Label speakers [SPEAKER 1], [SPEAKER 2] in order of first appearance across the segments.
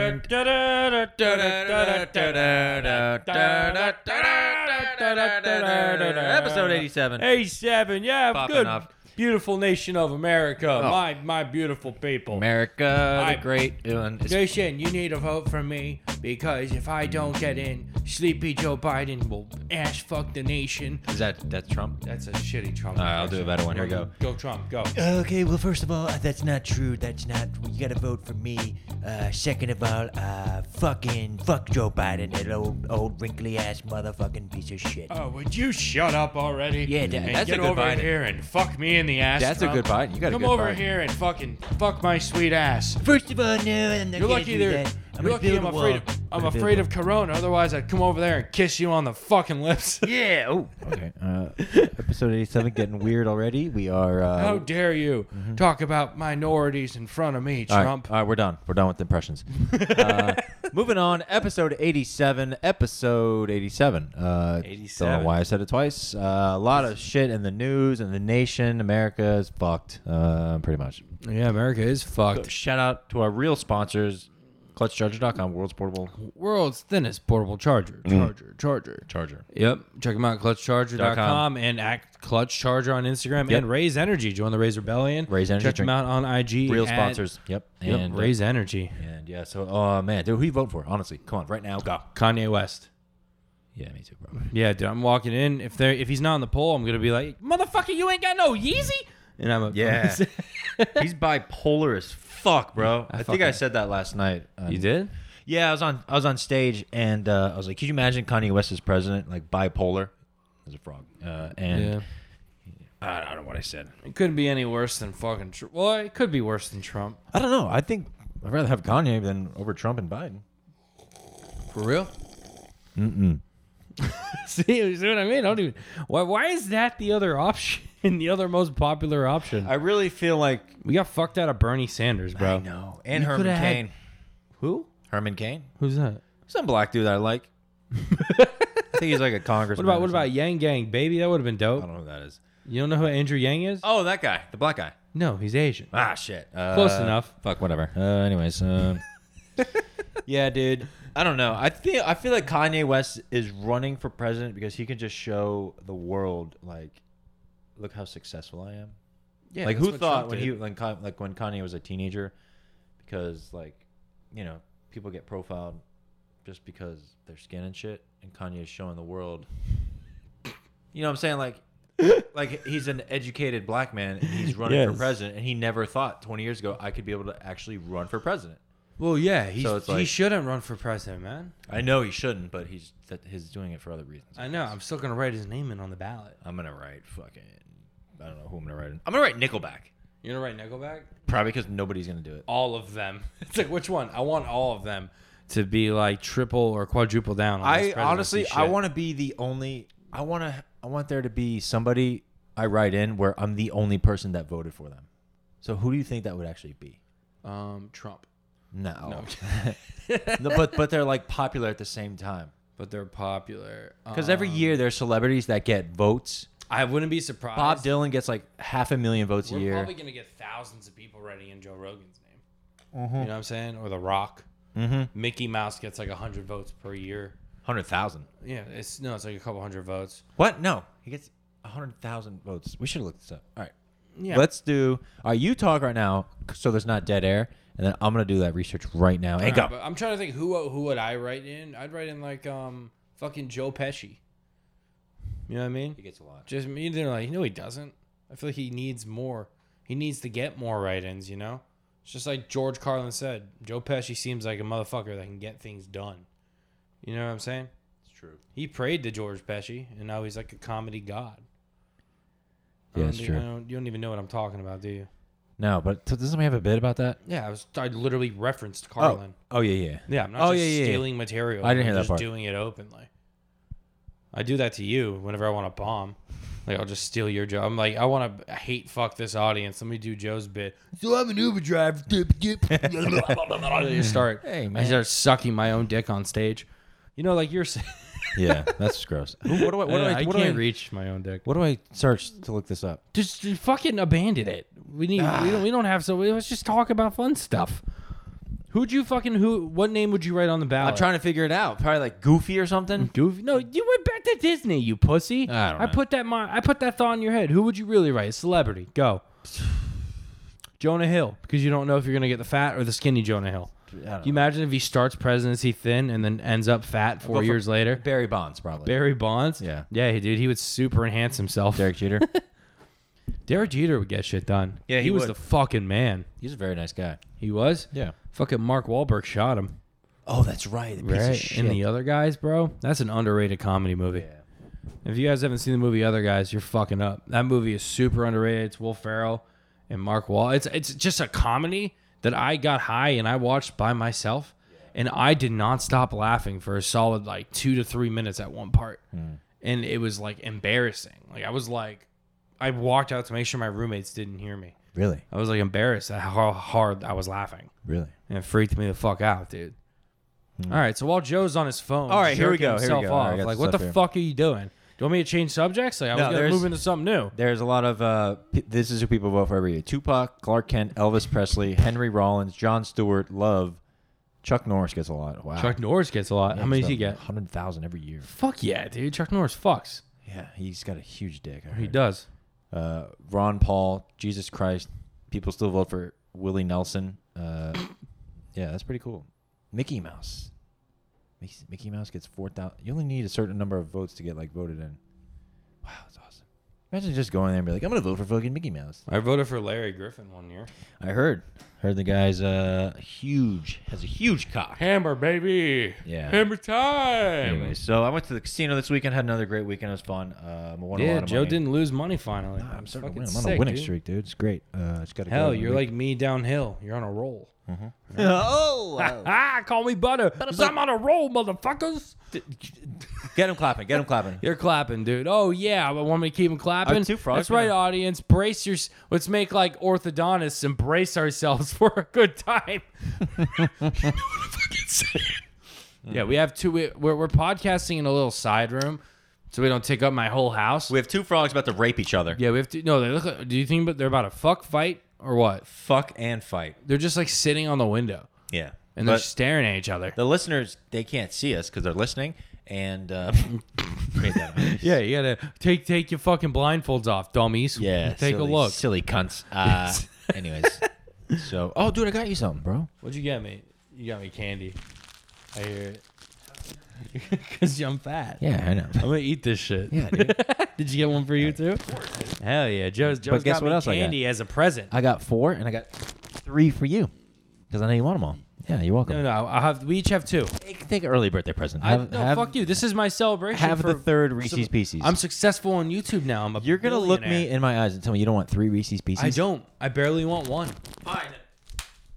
[SPEAKER 1] Episode
[SPEAKER 2] Episode
[SPEAKER 1] 87.
[SPEAKER 2] 87, yeah,
[SPEAKER 1] Popping
[SPEAKER 2] good.
[SPEAKER 1] off.
[SPEAKER 2] Beautiful nation of America.
[SPEAKER 1] Oh.
[SPEAKER 2] My my beautiful people.
[SPEAKER 1] America
[SPEAKER 2] I-
[SPEAKER 1] the Great. doing this-
[SPEAKER 2] Nation, you need a vote for me because if I don't get in, Sleepy Joe Biden will ass fuck the nation.
[SPEAKER 1] Is that that's Trump?
[SPEAKER 2] That's a shitty Trump.
[SPEAKER 1] All right, I'll do a better one. Here we go.
[SPEAKER 2] Go Trump, go.
[SPEAKER 3] Okay, well, first of all, uh, that's not true. That's not. You gotta vote for me. Uh, second of all, uh, fucking fuck Joe Biden, that old, old wrinkly ass motherfucking piece of shit.
[SPEAKER 2] Oh, would you shut up already?
[SPEAKER 3] Yeah, that-
[SPEAKER 2] and
[SPEAKER 1] that's a
[SPEAKER 2] get
[SPEAKER 1] good
[SPEAKER 2] over
[SPEAKER 1] Biden.
[SPEAKER 2] here and fuck me in the ass.
[SPEAKER 1] That's a
[SPEAKER 2] Trump.
[SPEAKER 1] good Biden. You got a
[SPEAKER 2] Come
[SPEAKER 1] good
[SPEAKER 2] over
[SPEAKER 1] Biden.
[SPEAKER 2] here and fucking fuck my sweet ass.
[SPEAKER 3] First of all, no, I'm not
[SPEAKER 2] You're
[SPEAKER 3] gonna
[SPEAKER 2] lucky
[SPEAKER 3] do
[SPEAKER 2] there.
[SPEAKER 3] that. I'm
[SPEAKER 2] You're
[SPEAKER 3] gonna
[SPEAKER 2] lucky.
[SPEAKER 3] build
[SPEAKER 2] I'm
[SPEAKER 3] a
[SPEAKER 2] afraid.
[SPEAKER 3] wall.
[SPEAKER 2] Of, I'm
[SPEAKER 3] gonna build
[SPEAKER 2] afraid
[SPEAKER 3] a
[SPEAKER 2] of Corona. Otherwise, I'd come over there and kiss you on the fucking lips.
[SPEAKER 3] wall. Yeah. Oh. Okay. Uh, episode eighty-seven getting weird already. We are. Uh,
[SPEAKER 1] Oh,
[SPEAKER 2] How dare you talk about minorities in front of me,
[SPEAKER 1] All right,
[SPEAKER 2] Trump?
[SPEAKER 1] All right, we're done. We're done with impressions. uh, moving on, episode 87. Episode 87. Uh, Don't
[SPEAKER 2] 87.
[SPEAKER 1] know why I said it twice. Uh, a lot of shit in the news and the nation. America is fucked, uh, pretty much.
[SPEAKER 2] Yeah, America is fucked.
[SPEAKER 1] Shout out to our real sponsors, ClutchCharger.com, world's portable
[SPEAKER 2] World's thinnest portable charger. Charger. Charger.
[SPEAKER 1] charger.
[SPEAKER 2] Yep. Check them out, clutchcharger.com and at clutchcharger on Instagram
[SPEAKER 1] Yep.
[SPEAKER 2] and Raise Energy. Join the Raise Rebellion.
[SPEAKER 1] Raise Energy,
[SPEAKER 2] Check them
[SPEAKER 1] drink-
[SPEAKER 2] out on IG.
[SPEAKER 1] Real
[SPEAKER 2] at-
[SPEAKER 1] sponsors. Yep.
[SPEAKER 2] Yep,
[SPEAKER 1] And uh,
[SPEAKER 2] Raise Energy.
[SPEAKER 1] And yeah, so oh man, dude, who you vote for? Honestly, come on, right now, go.
[SPEAKER 2] Kanye West.
[SPEAKER 1] Yeah, me too, bro.
[SPEAKER 2] Yeah, dude. I'm walking in. If they if he's not on the poll, I'm gonna be like, motherfucker, you ain't got no Yeezy. And I'm a
[SPEAKER 1] Yeah. He's bipolar as fuck, bro. I, think I
[SPEAKER 2] fucking-
[SPEAKER 1] said that last night. Um,
[SPEAKER 2] you did?
[SPEAKER 1] Yeah, I was on I was on stage and uh, I was like, could you imagine Kanye West as president, like bipolar, as a frog? Uh, and I, I don't know what I said.
[SPEAKER 2] It couldn't be any worse than fucking. Tr- well, it could be worse than Trump.
[SPEAKER 1] I don't know. I think I'd rather have Kanye than over Trump and Biden.
[SPEAKER 2] For real? Mm-mm. see, you see what I mean? I don't even. Why? Why is that the other option? The other most popular option?
[SPEAKER 1] I really feel like
[SPEAKER 2] we got fucked out of Bernie Sanders, bro.
[SPEAKER 1] no. And
[SPEAKER 2] You
[SPEAKER 1] Herman
[SPEAKER 2] coulda had-
[SPEAKER 1] Cain.
[SPEAKER 2] Who?
[SPEAKER 1] Herman Cain,
[SPEAKER 2] Who's that?
[SPEAKER 1] some black dude that I like. I think he's like a
[SPEAKER 2] What
[SPEAKER 1] congressman.
[SPEAKER 2] about
[SPEAKER 1] or
[SPEAKER 2] what about
[SPEAKER 1] something.
[SPEAKER 2] Yang Gang, baby? That would have been
[SPEAKER 1] I don't
[SPEAKER 2] dope.
[SPEAKER 1] know who that is.
[SPEAKER 2] You don't know who Andrew Yang is?
[SPEAKER 1] Oh, that guy, the black guy.
[SPEAKER 2] No, he's Asian.
[SPEAKER 1] Ah, shit. Uh,
[SPEAKER 2] Close enough.
[SPEAKER 1] Fuck, whatever. Uh, anyways, um, yeah, dude. I don't know. I feel I feel like Kanye West is running for president because he can just show the world, like, look how successful I am.
[SPEAKER 2] Yeah,
[SPEAKER 1] like,
[SPEAKER 2] that's
[SPEAKER 1] who
[SPEAKER 2] what
[SPEAKER 1] thought
[SPEAKER 2] Trump
[SPEAKER 1] when
[SPEAKER 2] did.
[SPEAKER 1] he when Ka- like when Kanye was a teenager, because like, you know, people get profiled just because their skin and shit, and Kanye is showing the world. You know what I'm saying? Like, like he's an educated black man and he's running for
[SPEAKER 2] Yes.
[SPEAKER 1] president, and he never thought 20 years ago I could be able to actually run for president.
[SPEAKER 2] Well, yeah, he's,
[SPEAKER 1] So it's
[SPEAKER 2] he
[SPEAKER 1] like-
[SPEAKER 2] shouldn't run for president, man.
[SPEAKER 1] I know he shouldn't, but he's that he's doing it for other reasons.
[SPEAKER 2] I know. I'm still gonna write his name in on the ballot.
[SPEAKER 1] I'm gonna write fucking. I don't know who I'm gonna write. in. I'm gonna write Nickelback,
[SPEAKER 2] You gonna write Nickelback?
[SPEAKER 1] probably because nobody's gonna do it.
[SPEAKER 2] All of them. It's like which one? I want all of them to be like triple or quadruple down. On
[SPEAKER 1] I honestly, I want to be the only. I want to. I want there to be somebody I write in where I'm the only person that voted for them. So who do you think that would actually be?
[SPEAKER 2] um Trump,
[SPEAKER 1] No. No, but but they're like popular at the same time
[SPEAKER 2] but they're popular. Uh,
[SPEAKER 1] because every year there's celebrities that get votes.
[SPEAKER 2] Um, I wouldn't be surprised.
[SPEAKER 1] Bob Dylan gets like half a million votes a
[SPEAKER 2] We're
[SPEAKER 1] year.
[SPEAKER 2] probably gonna get thousands of people writing in Joe Rogan's name. You know what I'm saying? Or The Rock. Mickey Mouse gets like hundred votes per year.
[SPEAKER 1] Hundred thousand.
[SPEAKER 2] Yeah, it's no, it's like a couple hundred votes.
[SPEAKER 1] What? No, he gets hundred thousand votes. We should look this up. All right.
[SPEAKER 2] Yeah,
[SPEAKER 1] Let's do. All right, you talk right now, so there's not dead air, and then I'm gonna do that research right now. And go.
[SPEAKER 2] Yeah, but I'm trying to think who who would I write in? I'd write in like um fucking Joe Pesci. You know what I mean?
[SPEAKER 1] He gets a lot.
[SPEAKER 2] Just me. They're like, no, he doesn't. I feel like he needs more. He needs to get more write-ins. You know, it's just like George Carlin said. Joe Pesci seems like a motherfucker that can get things done. You know what I'm saying?
[SPEAKER 1] It's true.
[SPEAKER 2] He prayed to George Pesci, and now he's like a comedy god. I
[SPEAKER 1] Yeah,
[SPEAKER 2] don't
[SPEAKER 1] it's
[SPEAKER 2] do-
[SPEAKER 1] true.
[SPEAKER 2] I don't- you don't even know what I'm talking about, do you?
[SPEAKER 1] No, but so doesn't we have a bit about that?
[SPEAKER 2] Yeah, I was. I literally referenced Carlin.
[SPEAKER 1] Oh, oh yeah, yeah.
[SPEAKER 2] Yeah, I'm not
[SPEAKER 1] Oh,
[SPEAKER 2] just
[SPEAKER 1] yeah, yeah, yeah.
[SPEAKER 2] stealing material.
[SPEAKER 1] I didn't hear
[SPEAKER 2] I'm
[SPEAKER 1] that
[SPEAKER 2] just
[SPEAKER 1] part.
[SPEAKER 2] doing it openly. I do that to you whenever I want to bomb. Like I'll just steal your job. I'm like I want to hate fuck this audience. Let me do Joe's bit.
[SPEAKER 3] So I'm an Uber driver.
[SPEAKER 2] I start.
[SPEAKER 1] Hey,
[SPEAKER 2] I
[SPEAKER 1] man.
[SPEAKER 2] start sucking my own dick on stage. You know, like you're. s-
[SPEAKER 1] yeah, that's gross. Who- What do I? What do I?
[SPEAKER 2] I
[SPEAKER 1] What do I read?
[SPEAKER 2] can't reach my own dick.
[SPEAKER 1] What do I search to look this up?
[SPEAKER 2] Just, just fucking abandon it. We need. we don't. We don't have so. Let's just talk about fun stuff. Who'd you fucking who? What name would you write on the ballot?
[SPEAKER 1] I'm trying to figure it out. Probably like Goofy or something.
[SPEAKER 2] Goofy. No, you went back to Disney, you pussy.
[SPEAKER 1] I don't know.
[SPEAKER 2] put that mi- I put that thought in your head. Who would you really write? A celebrity. Go. Jonah Hill, because you don't know if you're gonna get the fat or the skinny Jonah Hill.
[SPEAKER 1] I
[SPEAKER 2] Can
[SPEAKER 1] don't
[SPEAKER 2] you
[SPEAKER 1] know.
[SPEAKER 2] imagine if he starts presidency thin and then ends up fat
[SPEAKER 1] Go
[SPEAKER 2] four
[SPEAKER 1] for
[SPEAKER 2] years later?
[SPEAKER 1] Barry Bonds probably.
[SPEAKER 2] Barry Bonds.
[SPEAKER 1] Yeah.
[SPEAKER 2] Yeah, he- dude, he would super enhance himself.
[SPEAKER 1] Derek Jeter.
[SPEAKER 2] Derek Jeter would get shit done.
[SPEAKER 1] Yeah, he
[SPEAKER 2] was
[SPEAKER 1] would.
[SPEAKER 2] the fucking man.
[SPEAKER 1] He's a very nice guy.
[SPEAKER 2] He was.
[SPEAKER 1] Yeah.
[SPEAKER 2] Fucking Mark Wahlberg shot him.
[SPEAKER 1] Oh, that's right. The piece of
[SPEAKER 2] Right.
[SPEAKER 1] shit.
[SPEAKER 2] And the other guys, bro. That's an underrated comedy movie.
[SPEAKER 1] yeah.
[SPEAKER 2] If you guys haven't seen the movie Other Guys, you're fucking up. That movie is super underrated. It's Will Ferrell and Mark Wall. It's it's just a comedy that I got high and I watched by myself, and I did not stop laughing for a solid like two to three minutes at one part, and it was like embarrassing. Like I was like, I walked out to make sure my roommates didn't hear me.
[SPEAKER 1] Really,
[SPEAKER 2] I was like embarrassed at how hard I was laughing,
[SPEAKER 1] really.
[SPEAKER 2] and it freaked me the fuck out, dude.
[SPEAKER 1] Hmm.
[SPEAKER 2] All right, so while Joe's on his phone,
[SPEAKER 1] All right, here we
[SPEAKER 2] jerking
[SPEAKER 1] go, here we
[SPEAKER 2] himself
[SPEAKER 1] go. All right, I
[SPEAKER 2] Off,
[SPEAKER 1] got
[SPEAKER 2] like,
[SPEAKER 1] some
[SPEAKER 2] what the
[SPEAKER 1] stuff here.
[SPEAKER 2] fuck are you doing? Do you want me to change subjects? Like,
[SPEAKER 1] No,
[SPEAKER 2] I was gonna
[SPEAKER 1] there's-
[SPEAKER 2] move into something new.
[SPEAKER 1] There's a lot of uh, p- this is who people vote for every year: Tupac, Clark Kent, Elvis Presley, Henry Rollins, John Stewart, Love. Chuck Norris gets a lot. Wow.
[SPEAKER 2] Chuck Norris gets a lot. How many does he get?
[SPEAKER 1] Hundred thousand every year.
[SPEAKER 2] Fuck yeah, dude. Chuck Norris fucks.
[SPEAKER 1] Yeah, he's got a huge dick. I
[SPEAKER 2] He
[SPEAKER 1] heard.
[SPEAKER 2] does.
[SPEAKER 1] Uh, Ron Paul, Jesus Christ. People still vote for Willie Nelson. Uh, yeah, that's pretty cool. Mickey Mouse. Mickey, Mickey Mouse gets four thousand. You only need a certain number of votes to get like voted in. Wow, that's awesome. Imagine just going there and be like, I'm gonna vote for fucking Mickey Mouse.
[SPEAKER 2] I voted for Larry Griffin one year.
[SPEAKER 1] I heard. Heard the guy's uh huge has a huge cock.
[SPEAKER 2] Hammer baby.
[SPEAKER 1] Yeah.
[SPEAKER 2] Hammer time.
[SPEAKER 1] Anyway, so I went to the casino this weekend. Had another great weekend. It was fun. Uh, I won a lot
[SPEAKER 2] yeah,
[SPEAKER 1] of
[SPEAKER 2] Joe
[SPEAKER 1] money.
[SPEAKER 2] didn't lose money finally.
[SPEAKER 1] Nah, I'm starting to
[SPEAKER 2] Fucking
[SPEAKER 1] win. I'm on
[SPEAKER 2] sick,
[SPEAKER 1] a winning
[SPEAKER 2] dude.
[SPEAKER 1] streak, dude. It's great. Uh, it's got
[SPEAKER 2] Hell, you're like me downhill. You're on a roll.
[SPEAKER 1] oh.
[SPEAKER 2] Ah, call me butter. 'cause I'm on a roll, motherfuckers.
[SPEAKER 1] Get him clapping. Get him clapping.
[SPEAKER 2] You're clapping, dude. Oh yeah, I want me to keep them clapping.
[SPEAKER 1] Our two frogs
[SPEAKER 2] That's right,
[SPEAKER 1] gonna-
[SPEAKER 2] audience. Brace your. Let's make like orthodontists and brace ourselves for a good time. You know what I'm fucking saying? yeah, we have two. we- We're, we're podcasting in a little side room, so we don't take up my whole house.
[SPEAKER 1] We have two frogs about to rape each other.
[SPEAKER 2] yeah, we have to. No, they look. Like, do you think but they're about to fuck fight or what?
[SPEAKER 1] Fuck and fight.
[SPEAKER 2] They're just like sitting on the window
[SPEAKER 1] Yeah.
[SPEAKER 2] and they're
[SPEAKER 1] but
[SPEAKER 2] staring at each other.
[SPEAKER 1] the listeners, they can't see us because they're listening. And uh, made that up.
[SPEAKER 2] Yeah, you gotta take take your fucking blindfolds off, dummies.
[SPEAKER 1] yeah.
[SPEAKER 2] take a
[SPEAKER 1] silly-
[SPEAKER 2] look.
[SPEAKER 1] Silly cunts. Uh, anyways. So, oh, dude, I got you something, bro.
[SPEAKER 2] What'd you get me? You got me candy. I hear it. Cause I'm fat.
[SPEAKER 1] Yeah, I know.
[SPEAKER 2] I'm gonna eat this shit.
[SPEAKER 1] Yeah, dude.
[SPEAKER 2] Did you get one for you too? Hell yeah, Joe's. Joe's
[SPEAKER 1] guess
[SPEAKER 2] got
[SPEAKER 1] what
[SPEAKER 2] me
[SPEAKER 1] else I got?
[SPEAKER 2] candy as a present.
[SPEAKER 1] I got four, and I got three for you because I know you want them all. Yeah, you're welcome.
[SPEAKER 2] No, no, I have. We each have two.
[SPEAKER 1] Take, take an early birthday present.
[SPEAKER 2] I,
[SPEAKER 1] Have-
[SPEAKER 2] no,
[SPEAKER 1] have-
[SPEAKER 2] fuck you. This is my celebration.
[SPEAKER 1] have the
[SPEAKER 2] for-
[SPEAKER 1] third Reese's
[SPEAKER 2] so-
[SPEAKER 1] Pieces.
[SPEAKER 2] I'm successful on YouTube now. I'm a.
[SPEAKER 1] You're gonna look me
[SPEAKER 2] billionaire.
[SPEAKER 1] in my eyes and tell me you don't want three Reese's Pieces.
[SPEAKER 2] I don't. I barely want one.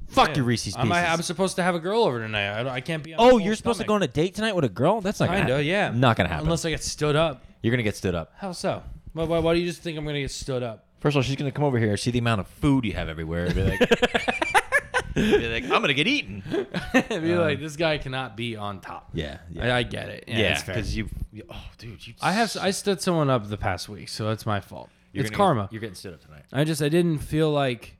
[SPEAKER 1] Fuck
[SPEAKER 2] Yeah.
[SPEAKER 1] your Reese's
[SPEAKER 2] I'm,
[SPEAKER 1] Pieces.
[SPEAKER 2] I'm supposed to have a girl over tonight. I, don't, I can't be. On
[SPEAKER 1] oh, you're supposed to go on a date tonight with a girl? That's not gonna.
[SPEAKER 2] Kinda,
[SPEAKER 1] happen.
[SPEAKER 2] yeah.
[SPEAKER 1] Not gonna happen.
[SPEAKER 2] Unless I get stood up.
[SPEAKER 1] you're gonna get stood up.
[SPEAKER 2] How so? Why, why, why do you just think I'm gonna get stood up?
[SPEAKER 1] First of all, she's gonna come over here, see the amount of food you have everywhere, and be like, be like I'm gonna get eaten.
[SPEAKER 2] be like, this guy cannot be on top.
[SPEAKER 1] Um, Yeah,
[SPEAKER 2] I, I get it. Yeah, it's fair.
[SPEAKER 1] because you, you- Oh, dude, you.
[SPEAKER 2] I have I stood someone up the past week, so that's my fault.
[SPEAKER 1] you're
[SPEAKER 2] it's
[SPEAKER 1] gonna get-
[SPEAKER 2] karma.
[SPEAKER 1] you're getting stood up tonight.
[SPEAKER 2] I just I didn't feel like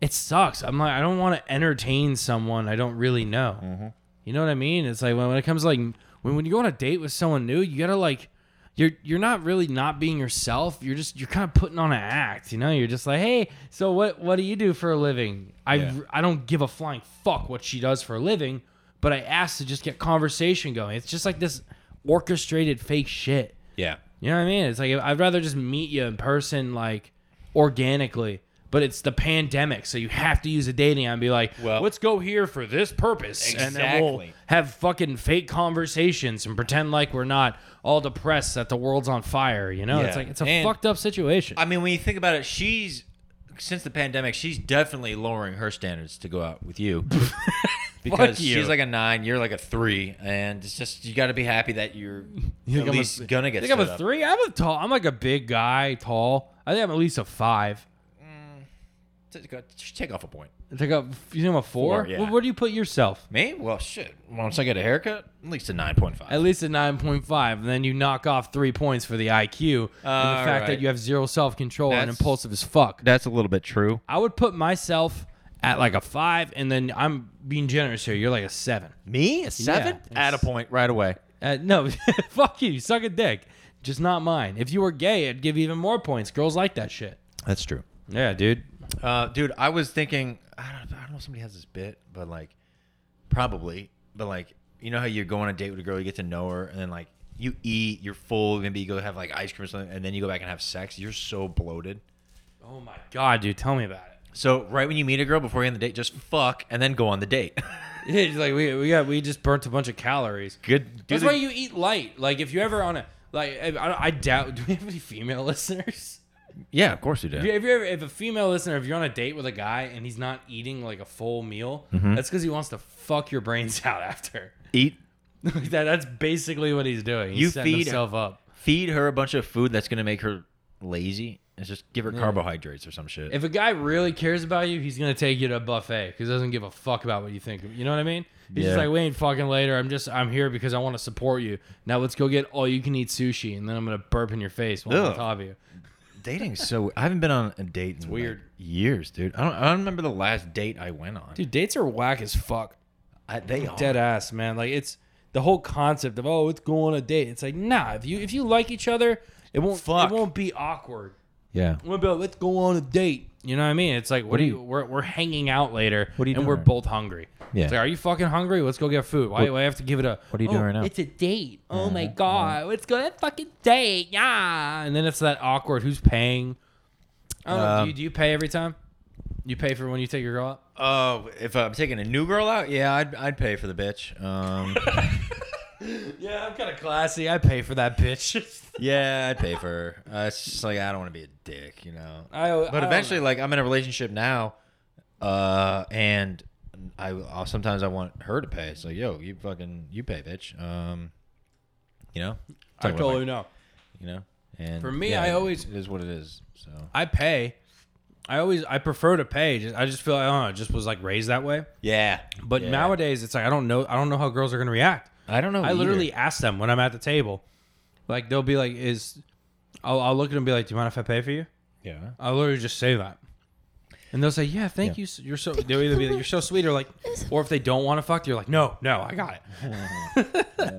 [SPEAKER 2] it sucks. I'm like I don't want to entertain someone I don't really know. You know what I mean? It's like when, when it comes to like when when you go on a date with someone new, you gotta like you're you're not really not being yourself. You're just you're kind of putting on an act. You know? You're just like, hey, so what what do you do for a living? I
[SPEAKER 1] Yeah.
[SPEAKER 2] I don't give a flying fuck what she does for a living, but I asked to just get conversation going. It's just like this orchestrated fake shit.
[SPEAKER 1] Yeah.
[SPEAKER 2] You know what I mean? It's like I'd rather just meet you in person, like organically. But it's the pandemic, so you have to use a dating app and be like,
[SPEAKER 1] Well-
[SPEAKER 2] "Let's go here for this purpose," and then we'll
[SPEAKER 1] Exactly.
[SPEAKER 2] have fucking fake conversations and pretend like we're not all depressed that the world's on fire. You know,
[SPEAKER 1] Yeah.
[SPEAKER 2] it's like it's a
[SPEAKER 1] And-
[SPEAKER 2] fucked up situation.
[SPEAKER 1] I mean, when you think about it, she's since the pandemic, she's definitely lowering her standards to go out with you. because
[SPEAKER 2] Fuck you.
[SPEAKER 1] she's like a nine, you're like a three, and it's just you got to be happy that you're at
[SPEAKER 2] I'm a-
[SPEAKER 1] least gonna
[SPEAKER 2] I
[SPEAKER 1] get.
[SPEAKER 2] think I'm
[SPEAKER 1] stood
[SPEAKER 2] a
[SPEAKER 1] up.
[SPEAKER 2] three. I'm a tall. I'm like a big guy, tall. I think I'm at least a five.
[SPEAKER 1] Take a- Take off a point.
[SPEAKER 2] I think I'm, you think I'm a four.
[SPEAKER 1] Four, yeah.
[SPEAKER 2] Where- where do you put yourself?
[SPEAKER 1] Me? Well, shit. Once I get a haircut, at least a nine point five.
[SPEAKER 2] at least a 9.5 and then you knock off three points for the iq and the
[SPEAKER 1] All
[SPEAKER 2] fact that
[SPEAKER 1] right.
[SPEAKER 2] you have zero self-control and
[SPEAKER 1] That's-
[SPEAKER 2] impulsive as fuck
[SPEAKER 1] That's a little bit true.
[SPEAKER 2] i would put myself at like a five, and then I'm being generous here. You're like a seven.
[SPEAKER 3] Me? A seven?
[SPEAKER 1] At a point right away.
[SPEAKER 2] Uh, no, fuck you. Suck a dick. Just not mine. If you were gay, I'd give you even more points. Girls like that shit.
[SPEAKER 1] That's true.
[SPEAKER 2] Yeah, dude.
[SPEAKER 1] Uh, dude, I was thinking, I don't, I don't know if somebody has this bit, but like, probably, but like, you know how you go on a date with a girl, you get to know her, and then like, you eat, you're full, maybe you go have like ice cream or something, and then you go back and have sex. You're so bloated.
[SPEAKER 2] Oh my god, dude. Tell me about it.
[SPEAKER 1] So right when you meet a girl before you end the date, just fuck and then go on the date.
[SPEAKER 2] Yeah, just like we we got we just burnt a bunch of calories.
[SPEAKER 1] Good. Do
[SPEAKER 2] That's
[SPEAKER 1] the-
[SPEAKER 2] why you eat light. Like if you ever on a like I, I- I doubt. Do we have any female listeners?
[SPEAKER 1] yeah, of course you do.
[SPEAKER 2] If you if you're ever, if a female listener, if you're on a date with a guy and he's not eating like a full meal,
[SPEAKER 1] Mm-hmm.
[SPEAKER 2] that's because he wants to fuck your brains out after.
[SPEAKER 1] Eat,
[SPEAKER 2] that, that's basically what he's doing. He's
[SPEAKER 1] You
[SPEAKER 2] setting
[SPEAKER 1] feed-
[SPEAKER 2] himself up.
[SPEAKER 1] feed her a bunch of food that's gonna make her lazy. And just give her carbohydrates or some shit.
[SPEAKER 2] If a guy really cares about you, he's gonna take you to a buffet because he doesn't give a fuck about what you think. You know what I mean? He's just
[SPEAKER 1] Yeah.
[SPEAKER 2] like, we ain't fucking later. I'm just, I'm here because I want to support you. Now let's go get all you can eat sushi, and then I'm gonna burp in your face while I'm on
[SPEAKER 1] Ugh.
[SPEAKER 2] top of you.
[SPEAKER 1] Dating's so. I haven't been on a date. It's in
[SPEAKER 2] weird.
[SPEAKER 1] like, years, dude. I don't. I don't remember the last date I went on.
[SPEAKER 2] Dude, dates are whack as fuck.
[SPEAKER 1] I, they are.
[SPEAKER 2] Dead ass, man. Like it's the whole concept of oh, let's go on a date. It's like nah. If you if you like each other, it won't
[SPEAKER 1] Fuck.
[SPEAKER 2] it won't be awkward.
[SPEAKER 1] Yeah.
[SPEAKER 2] What about let's go on a date? You know what I mean? It's like what,
[SPEAKER 1] What
[SPEAKER 2] are
[SPEAKER 1] are
[SPEAKER 2] you,
[SPEAKER 1] you-
[SPEAKER 2] We're, we're hanging out later.
[SPEAKER 1] What are you
[SPEAKER 2] And
[SPEAKER 1] doing
[SPEAKER 2] we're
[SPEAKER 1] right-
[SPEAKER 2] both hungry.
[SPEAKER 1] Yeah.
[SPEAKER 2] It's like, are you fucking hungry? Let's go get food. Why do I have to give it a?
[SPEAKER 1] What are you doing
[SPEAKER 2] "Oh,
[SPEAKER 1] right now?"
[SPEAKER 2] It's a date. Oh my god, let's go on a fucking date. Yeah. And then it's that awkward. Who's paying? I don't know. Do
[SPEAKER 1] Um,
[SPEAKER 2] you, do you pay every time? You pay for when you take your girl out.
[SPEAKER 1] Oh, if I'm taking a new girl out, yeah, I'd, I'd pay for the bitch. Um,
[SPEAKER 2] Yeah, I'm kind of classy. I pay for that bitch.
[SPEAKER 1] yeah, I'd pay for her. Uh, it's just like I don't want to be a dick, you know.
[SPEAKER 2] I- I
[SPEAKER 1] but
[SPEAKER 2] don't
[SPEAKER 1] eventually,
[SPEAKER 2] know.
[SPEAKER 1] like I'm in a relationship now, uh, and I I'll, sometimes I want her to pay. It's like, yo, you fucking you pay, bitch. Um, you know,
[SPEAKER 2] I
[SPEAKER 1] Talking about
[SPEAKER 2] totally
[SPEAKER 1] my-
[SPEAKER 2] know.
[SPEAKER 1] you know. And
[SPEAKER 2] For me,
[SPEAKER 1] yeah,
[SPEAKER 2] I always-
[SPEAKER 1] it is what it is. So
[SPEAKER 2] I pay. I always I prefer to pay. Just, I just feel I don't know. I just was like raised that way.
[SPEAKER 1] yeah,
[SPEAKER 2] But
[SPEAKER 1] Yeah.
[SPEAKER 2] nowadays, it's like I don't know. I don't know how girls are gonna react.
[SPEAKER 1] I don't know.
[SPEAKER 2] I
[SPEAKER 1] either.
[SPEAKER 2] literally ask them when I'm at the table, like they'll be like, "Is," I'll, I'll look at them and be like, "Do you mind if I pay for you?"
[SPEAKER 1] yeah.
[SPEAKER 2] I will literally just say that, and they'll say, "Yeah, thank
[SPEAKER 1] Yeah.
[SPEAKER 2] you. s- You're so." They'll either be like, "You're so sweet," or like, or if they don't want to fuck, you're like, "No, no, I got it."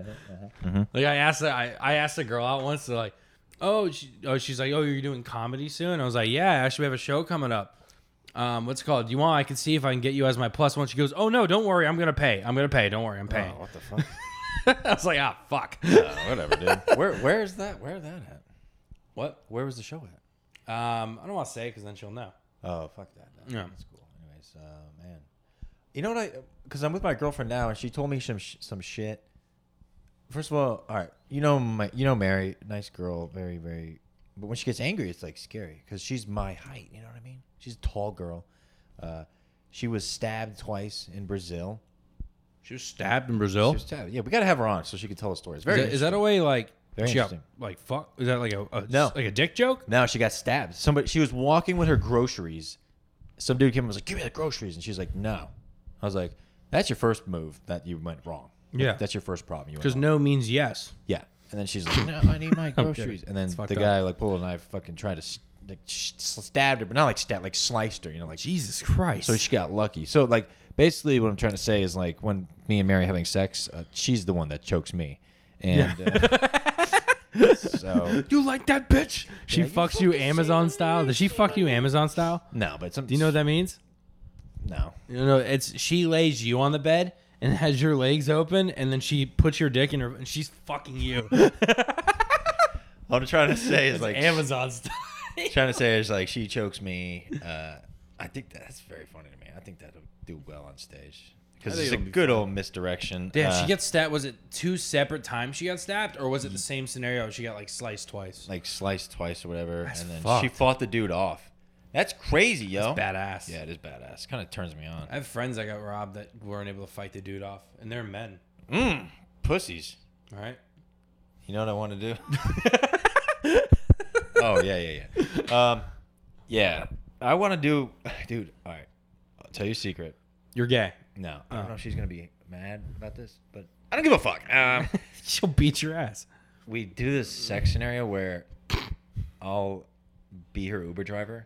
[SPEAKER 2] Like I asked, the- I I asked a girl out once. They're like, "Oh, she, oh, she's like, oh, you're doing comedy soon?" I was like, "Yeah, actually, we have a show coming up." Um, what's it called? Do you want? I can see if I can get you as my plus one. She goes, "Oh no, don't worry, I'm gonna pay. I'm gonna pay. Don't worry, I'm paying."
[SPEAKER 1] Oh, what the fuck?
[SPEAKER 2] I was like, "Ah, fuck."
[SPEAKER 1] Oh, whatever, dude. Where where is that? Where that at?
[SPEAKER 2] What?
[SPEAKER 1] Where was the show at?
[SPEAKER 2] Um, I don't want to say because then she'll know.
[SPEAKER 1] Oh, fuck that. No,
[SPEAKER 2] Yeah.
[SPEAKER 1] That's cool. Anyways, uh, man. You know what I, because I'm with my girlfriend now and she told me some, sh- some shit. First of all, all right, you know, my, you know, Mary, nice girl, very, very, but when she gets angry, it's like scary because she's my height. You know what I mean? She's a tall girl. Uh, she was stabbed twice in Brazil.
[SPEAKER 2] She was stabbed in Brazil.
[SPEAKER 1] She was stabbed. Yeah, we got to have her on so she can tell the story. It's very
[SPEAKER 2] is, that, is that a way like
[SPEAKER 1] Very
[SPEAKER 2] she got,
[SPEAKER 1] interesting.
[SPEAKER 2] like fuck? Is that like a, a
[SPEAKER 1] No.
[SPEAKER 2] like a dick joke?
[SPEAKER 1] No, she got stabbed. Somebody she was walking with her groceries. Some dude came and was like, "Give me the groceries," and she's like, "No." I was like, "That's your first move that you went wrong.
[SPEAKER 2] Yeah.
[SPEAKER 1] that's your first problem. You went
[SPEAKER 2] Because
[SPEAKER 1] wrong.
[SPEAKER 2] no means yes.
[SPEAKER 1] yeah." And then she's like, "No, I need my groceries."
[SPEAKER 2] kidding.
[SPEAKER 1] And then
[SPEAKER 2] It's fucked
[SPEAKER 1] the guy like pulled a knife, fucking tried to s- like sh- stabbed her, but not like stab, like sliced her. You know, like
[SPEAKER 2] Jesus Christ.
[SPEAKER 1] so she got lucky. So like basically, what I'm trying to say is like when me and Mary are having sex, uh, she's the one that chokes me, and uh, so
[SPEAKER 2] you like that bitch? She fucks you Amazon style. Does she fuck you Amazon style?
[SPEAKER 1] no, but some,
[SPEAKER 2] Do you know what that means?
[SPEAKER 1] No,
[SPEAKER 2] You know, it's she lays you on the bed and has your legs open, and then she puts your dick in her, and she's fucking you.
[SPEAKER 1] what I'm trying to say is like
[SPEAKER 2] Amazon style.
[SPEAKER 1] trying to say is like she chokes me. Uh, I think that's very funny to me. I think that'll do well on stage
[SPEAKER 2] I
[SPEAKER 1] because
[SPEAKER 2] think
[SPEAKER 1] it's a
[SPEAKER 2] it'll be
[SPEAKER 1] good old misdirection.
[SPEAKER 2] Damn,
[SPEAKER 1] Uh,
[SPEAKER 2] she gets stabbed. Was it two separate times she got stabbed, or was it the same scenario? She got like sliced twice.
[SPEAKER 1] like sliced twice or whatever, and then she
[SPEAKER 2] fucked.
[SPEAKER 1] fought the dude off. That's crazy, yo.
[SPEAKER 2] Badass.
[SPEAKER 1] Yeah, it is badass. Kind of turns me on.
[SPEAKER 2] I have friends that got robbed that weren't able to fight the dude off, and they're men.
[SPEAKER 1] Mm, pussies.
[SPEAKER 2] All right.
[SPEAKER 1] You know what I want to do? oh yeah, yeah, yeah. Um, yeah, I want to do, dude. All right, I'll tell you a secret.
[SPEAKER 2] You're gay.
[SPEAKER 1] No, I
[SPEAKER 2] Uh-huh.
[SPEAKER 1] don't know if she's gonna be mad about this, but I don't give a fuck. Um,
[SPEAKER 2] She'll beat your ass.
[SPEAKER 1] we do this sex scenario where I'll be her Uber driver and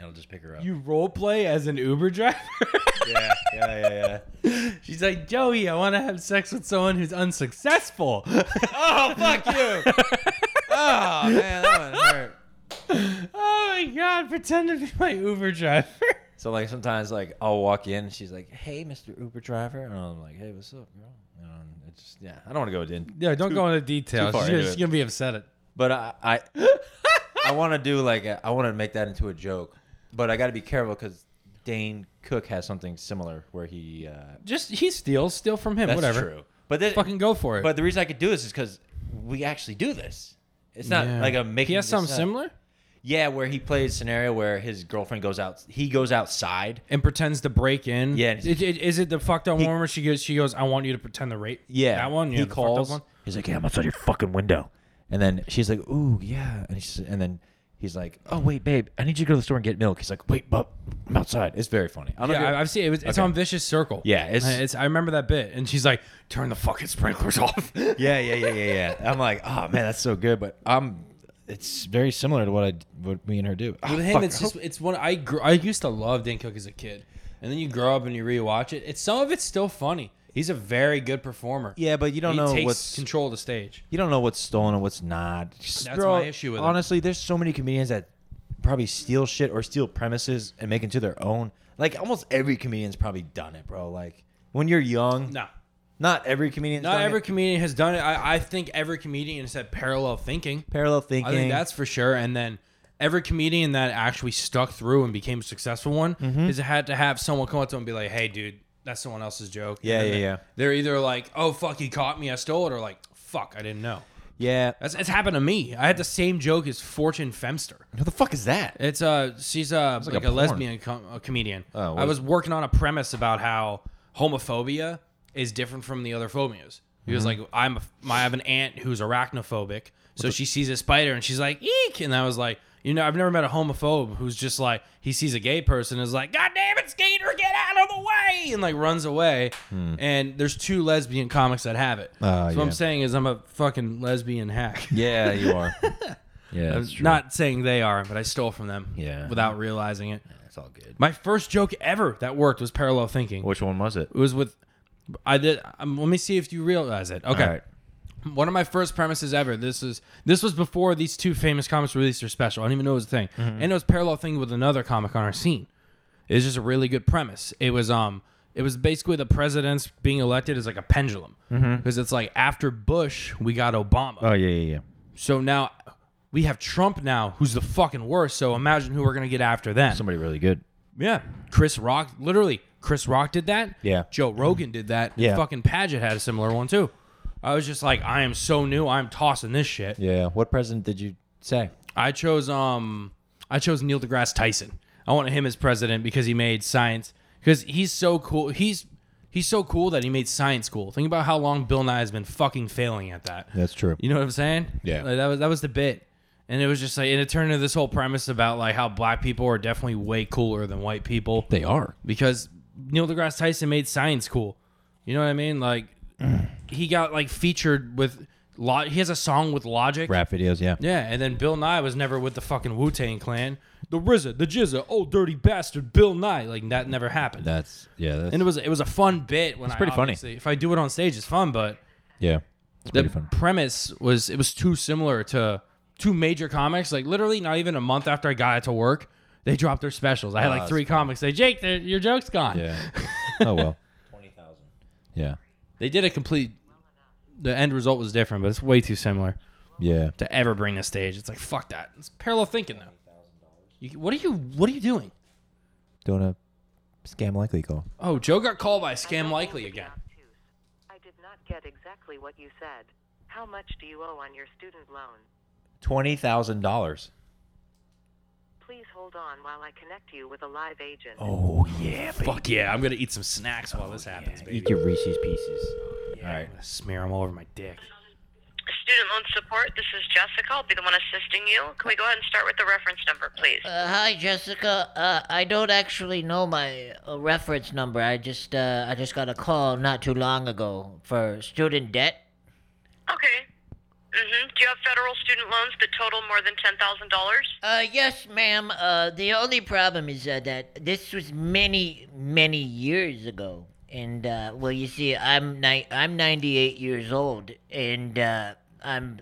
[SPEAKER 1] and I'll just pick her up.
[SPEAKER 2] You role play as an Uber driver?
[SPEAKER 1] yeah, yeah, yeah, yeah.
[SPEAKER 2] She's like, Joey, I want to have sex with someone who's unsuccessful.
[SPEAKER 1] Oh fuck you! oh man, that one hurt.
[SPEAKER 2] oh my god, pretend to be my Uber driver.
[SPEAKER 1] So like sometimes like I'll walk in and she's like, "Hey, Mr. Uber driver," and I'm like, "Hey, what's up, girl?" You know, and it's just yeah, I don't want to go in,
[SPEAKER 2] Yeah, don't go into details.
[SPEAKER 1] far
[SPEAKER 2] She's,
[SPEAKER 1] into
[SPEAKER 2] she's
[SPEAKER 1] it.
[SPEAKER 2] gonna be upset. At,
[SPEAKER 1] but I I, I want to do like a, I want to make that into a joke, but I got to be careful because Dane Cook has something similar where he uh,
[SPEAKER 2] just he steals, steal from him.
[SPEAKER 1] that's
[SPEAKER 2] whatever.
[SPEAKER 1] true, but this,
[SPEAKER 2] Fucking go for it.
[SPEAKER 1] but the reason I could do this is because we actually do this. It's not
[SPEAKER 2] Yeah.
[SPEAKER 1] like a making.
[SPEAKER 2] He has
[SPEAKER 1] this
[SPEAKER 2] something
[SPEAKER 1] up.
[SPEAKER 2] similar
[SPEAKER 1] Yeah, where he plays a scenario where his girlfriend goes out, he goes outside.
[SPEAKER 2] and pretends to break in.
[SPEAKER 1] Yeah.
[SPEAKER 2] Is, is- is it the fucked up one where she goes? She goes, I want you to pretend to rape.
[SPEAKER 1] Yeah,
[SPEAKER 2] That one. Yeah,
[SPEAKER 1] he
[SPEAKER 2] the fucked up
[SPEAKER 1] calls.
[SPEAKER 2] one.
[SPEAKER 1] He's like, "Yeah, I'm outside your fucking window," and then she's like, "Ooh, yeah," and she's, and then he's like, "Oh wait, babe, I need you to go to the store and get milk." He's like, "Wait, but I'm outside." It's very funny. I don't
[SPEAKER 2] Yeah,
[SPEAKER 1] know.
[SPEAKER 2] I-
[SPEAKER 1] if
[SPEAKER 2] I've seen it. It was- It's
[SPEAKER 1] Okay.
[SPEAKER 2] on Vicious Circle.
[SPEAKER 1] Yeah, it's-
[SPEAKER 2] Uh, it's. I remember that bit, and she's like, "Turn the fucking sprinklers off."
[SPEAKER 1] you're- yeah, yeah, yeah, yeah, yeah. I'm like, "Oh man, that's so good," but um, it's very similar to what I what me and her do. Oh,
[SPEAKER 2] With him,
[SPEAKER 1] fuck,
[SPEAKER 2] it's
[SPEAKER 1] I
[SPEAKER 2] just
[SPEAKER 1] hope-
[SPEAKER 2] it's one I grew, I used to love Dan Cook as a kid, and then you grow up and you rewatch it. It's some of it's still funny. He's a very good performer.
[SPEAKER 1] yeah, but you don't
[SPEAKER 2] he
[SPEAKER 1] know
[SPEAKER 2] takes
[SPEAKER 1] what's
[SPEAKER 2] control of the stage.
[SPEAKER 1] you don't know what's stolen and what's not. Just
[SPEAKER 2] That's my issue with it.
[SPEAKER 1] honestly. There's so many comedians that probably steal shit or steal premises and make it to their own. Like almost every comedian's probably done it, bro. Like when you're young,
[SPEAKER 2] No,
[SPEAKER 1] not every comedian,
[SPEAKER 2] not every comedian has done it. I, I think every comedian has had parallel thinking.
[SPEAKER 1] parallel thinking.
[SPEAKER 2] I think that's for sure. And then every comedian that actually stuck through and became a successful one
[SPEAKER 1] Mm-hmm.
[SPEAKER 2] has had to have someone come up to him and be like, "Hey, dude, that's someone else's joke." And
[SPEAKER 1] Yeah,
[SPEAKER 2] then
[SPEAKER 1] yeah,
[SPEAKER 2] they-
[SPEAKER 1] yeah.
[SPEAKER 2] They're either like, "Oh fuck, he caught me, I stole it," or like, "Fuck, I didn't know."
[SPEAKER 1] yeah.
[SPEAKER 2] That's it's happened to me. I had the same joke as Fortune Femster.
[SPEAKER 1] Who the fuck is that?
[SPEAKER 2] It's uh she's uh like,
[SPEAKER 1] like
[SPEAKER 2] a,
[SPEAKER 1] a porn.
[SPEAKER 2] lesbian com- a comedian.
[SPEAKER 1] Oh, what
[SPEAKER 2] I
[SPEAKER 1] is-
[SPEAKER 2] was working on a premise about how homophobia is different from the other phobias. Because
[SPEAKER 1] Mm-hmm.
[SPEAKER 2] like I'm a, I have an aunt who's arachnophobic, so she sees a spider and she's like eek, and I was like, you know, I've never met a homophobe who's just like he sees a gay person and is like, God damn it, Skeeter, get out of the way, and like runs away. And there's two lesbian comics that have it.
[SPEAKER 1] Hmm. Ah,
[SPEAKER 2] so what I'm
[SPEAKER 1] yeah.
[SPEAKER 2] saying is I'm a fucking lesbian hack.
[SPEAKER 1] Yeah, you are. yeah, that's true.
[SPEAKER 2] Not saying they are, but I stole from them.
[SPEAKER 1] Yeah.
[SPEAKER 2] Without realizing it.
[SPEAKER 1] It's all good.
[SPEAKER 2] My first joke ever that worked was parallel thinking.
[SPEAKER 1] Which one was it?
[SPEAKER 2] It was with I did um, let me see if you realize it. Okay.
[SPEAKER 1] All right.
[SPEAKER 2] One of my first premises ever. This is this was before these two famous comics released their special. I didn't even know it was a thing.
[SPEAKER 1] Mm-hmm.
[SPEAKER 2] And it was parallel thinking with another comic on our scene. It was just a really good premise. It was um it was basically the president's being elected is like a pendulum.
[SPEAKER 1] Mm-hmm.
[SPEAKER 2] Because it's like after Bush, we got Obama.
[SPEAKER 1] Oh yeah, yeah, yeah.
[SPEAKER 2] So now we have Trump now, who's the fucking worst. So imagine who we're gonna get after then.
[SPEAKER 1] Somebody really good.
[SPEAKER 2] yeah, Chris Rock. Literally, Chris Rock did that.
[SPEAKER 1] Yeah.
[SPEAKER 2] Joe Rogan did that. and
[SPEAKER 1] Yeah.
[SPEAKER 2] Fucking Paget had a similar one too. I was just like, I am so new. I'm tossing this shit.
[SPEAKER 1] Yeah. What president did you say?
[SPEAKER 2] I chose um, I chose Neil deGrasse Tyson. I wanted him as president because he made science. Because he's so cool. He's he's so cool that he made science cool. Think about how long Bill Nye has been fucking failing at that.
[SPEAKER 1] true.
[SPEAKER 2] You know what I'm saying?
[SPEAKER 1] Yeah.
[SPEAKER 2] Like, that was that was the bit, and it was just like, and it turned into this whole premise about like how black people are definitely way cooler than white people.
[SPEAKER 1] They are.
[SPEAKER 2] because Neil deGrasse Tyson made science cool. You know what I mean? Like
[SPEAKER 1] Mm.
[SPEAKER 2] he got like featured with lot. He has a song with Logic.
[SPEAKER 1] Rap videos. Yeah.
[SPEAKER 2] Yeah, and then Bill Nye was never with the fucking Wu Tang Clan. The RZA, the Jizza, oh dirty bastard, Bill Nye. Like that never happened.
[SPEAKER 1] That's yeah. That's
[SPEAKER 2] and it was it was a fun bit when it's I
[SPEAKER 1] pretty funny.
[SPEAKER 2] obviously- If I do it on stage, it's fun, but
[SPEAKER 1] yeah. It's
[SPEAKER 2] the
[SPEAKER 1] pretty fun.
[SPEAKER 2] premise was it was too similar to two major comics. Like literally, not even a month after I got it to work, they dropped their specials. I had
[SPEAKER 1] Ah,
[SPEAKER 2] like
[SPEAKER 1] that's
[SPEAKER 2] three comics. Say, Jake, the- your joke's gone.
[SPEAKER 1] Yeah. oh well. Twenty thousand. Yeah.
[SPEAKER 2] They did a complete. The end result was different, but it's way too similar
[SPEAKER 1] Yeah.
[SPEAKER 2] to ever bring to stage. It's like fuck that. It's parallel thinking though. You, what are you? What are you doing?
[SPEAKER 1] Doing a scam likely call.
[SPEAKER 2] Oh, Joe got called by
[SPEAKER 4] I
[SPEAKER 2] Scam
[SPEAKER 4] don't
[SPEAKER 2] Likely
[SPEAKER 4] think
[SPEAKER 2] again.
[SPEAKER 4] enough tooth. I did not get exactly what you said. How much do you owe on your student loan?
[SPEAKER 1] Twenty thousand dollars.
[SPEAKER 4] Please hold on while I connect you with a live agent.
[SPEAKER 1] Oh yeah.
[SPEAKER 2] Fuck yeah! I'm gonna eat some snacks while this happens, baby.
[SPEAKER 1] Eat your Reese's pieces. All right.
[SPEAKER 2] I'm gonna smear them all over my dick.
[SPEAKER 1] Oh.
[SPEAKER 4] Student loan support, this is Jessica. I'll be the one assisting you. Can we go ahead and start with the reference number, please?
[SPEAKER 5] Uh, hi, Jessica. Uh, I don't actually know my uh, reference number. I just uh, I just got a call not too long ago for student debt.
[SPEAKER 4] Okay. Mm-hmm. Do you have federal student loans that total more than ten thousand dollars?
[SPEAKER 5] Uh, yes, ma'am. Uh, the only problem is uh, that this was many, many years ago, and uh, well, you see, I'm ni- I'm 98 years old, and uh, I'm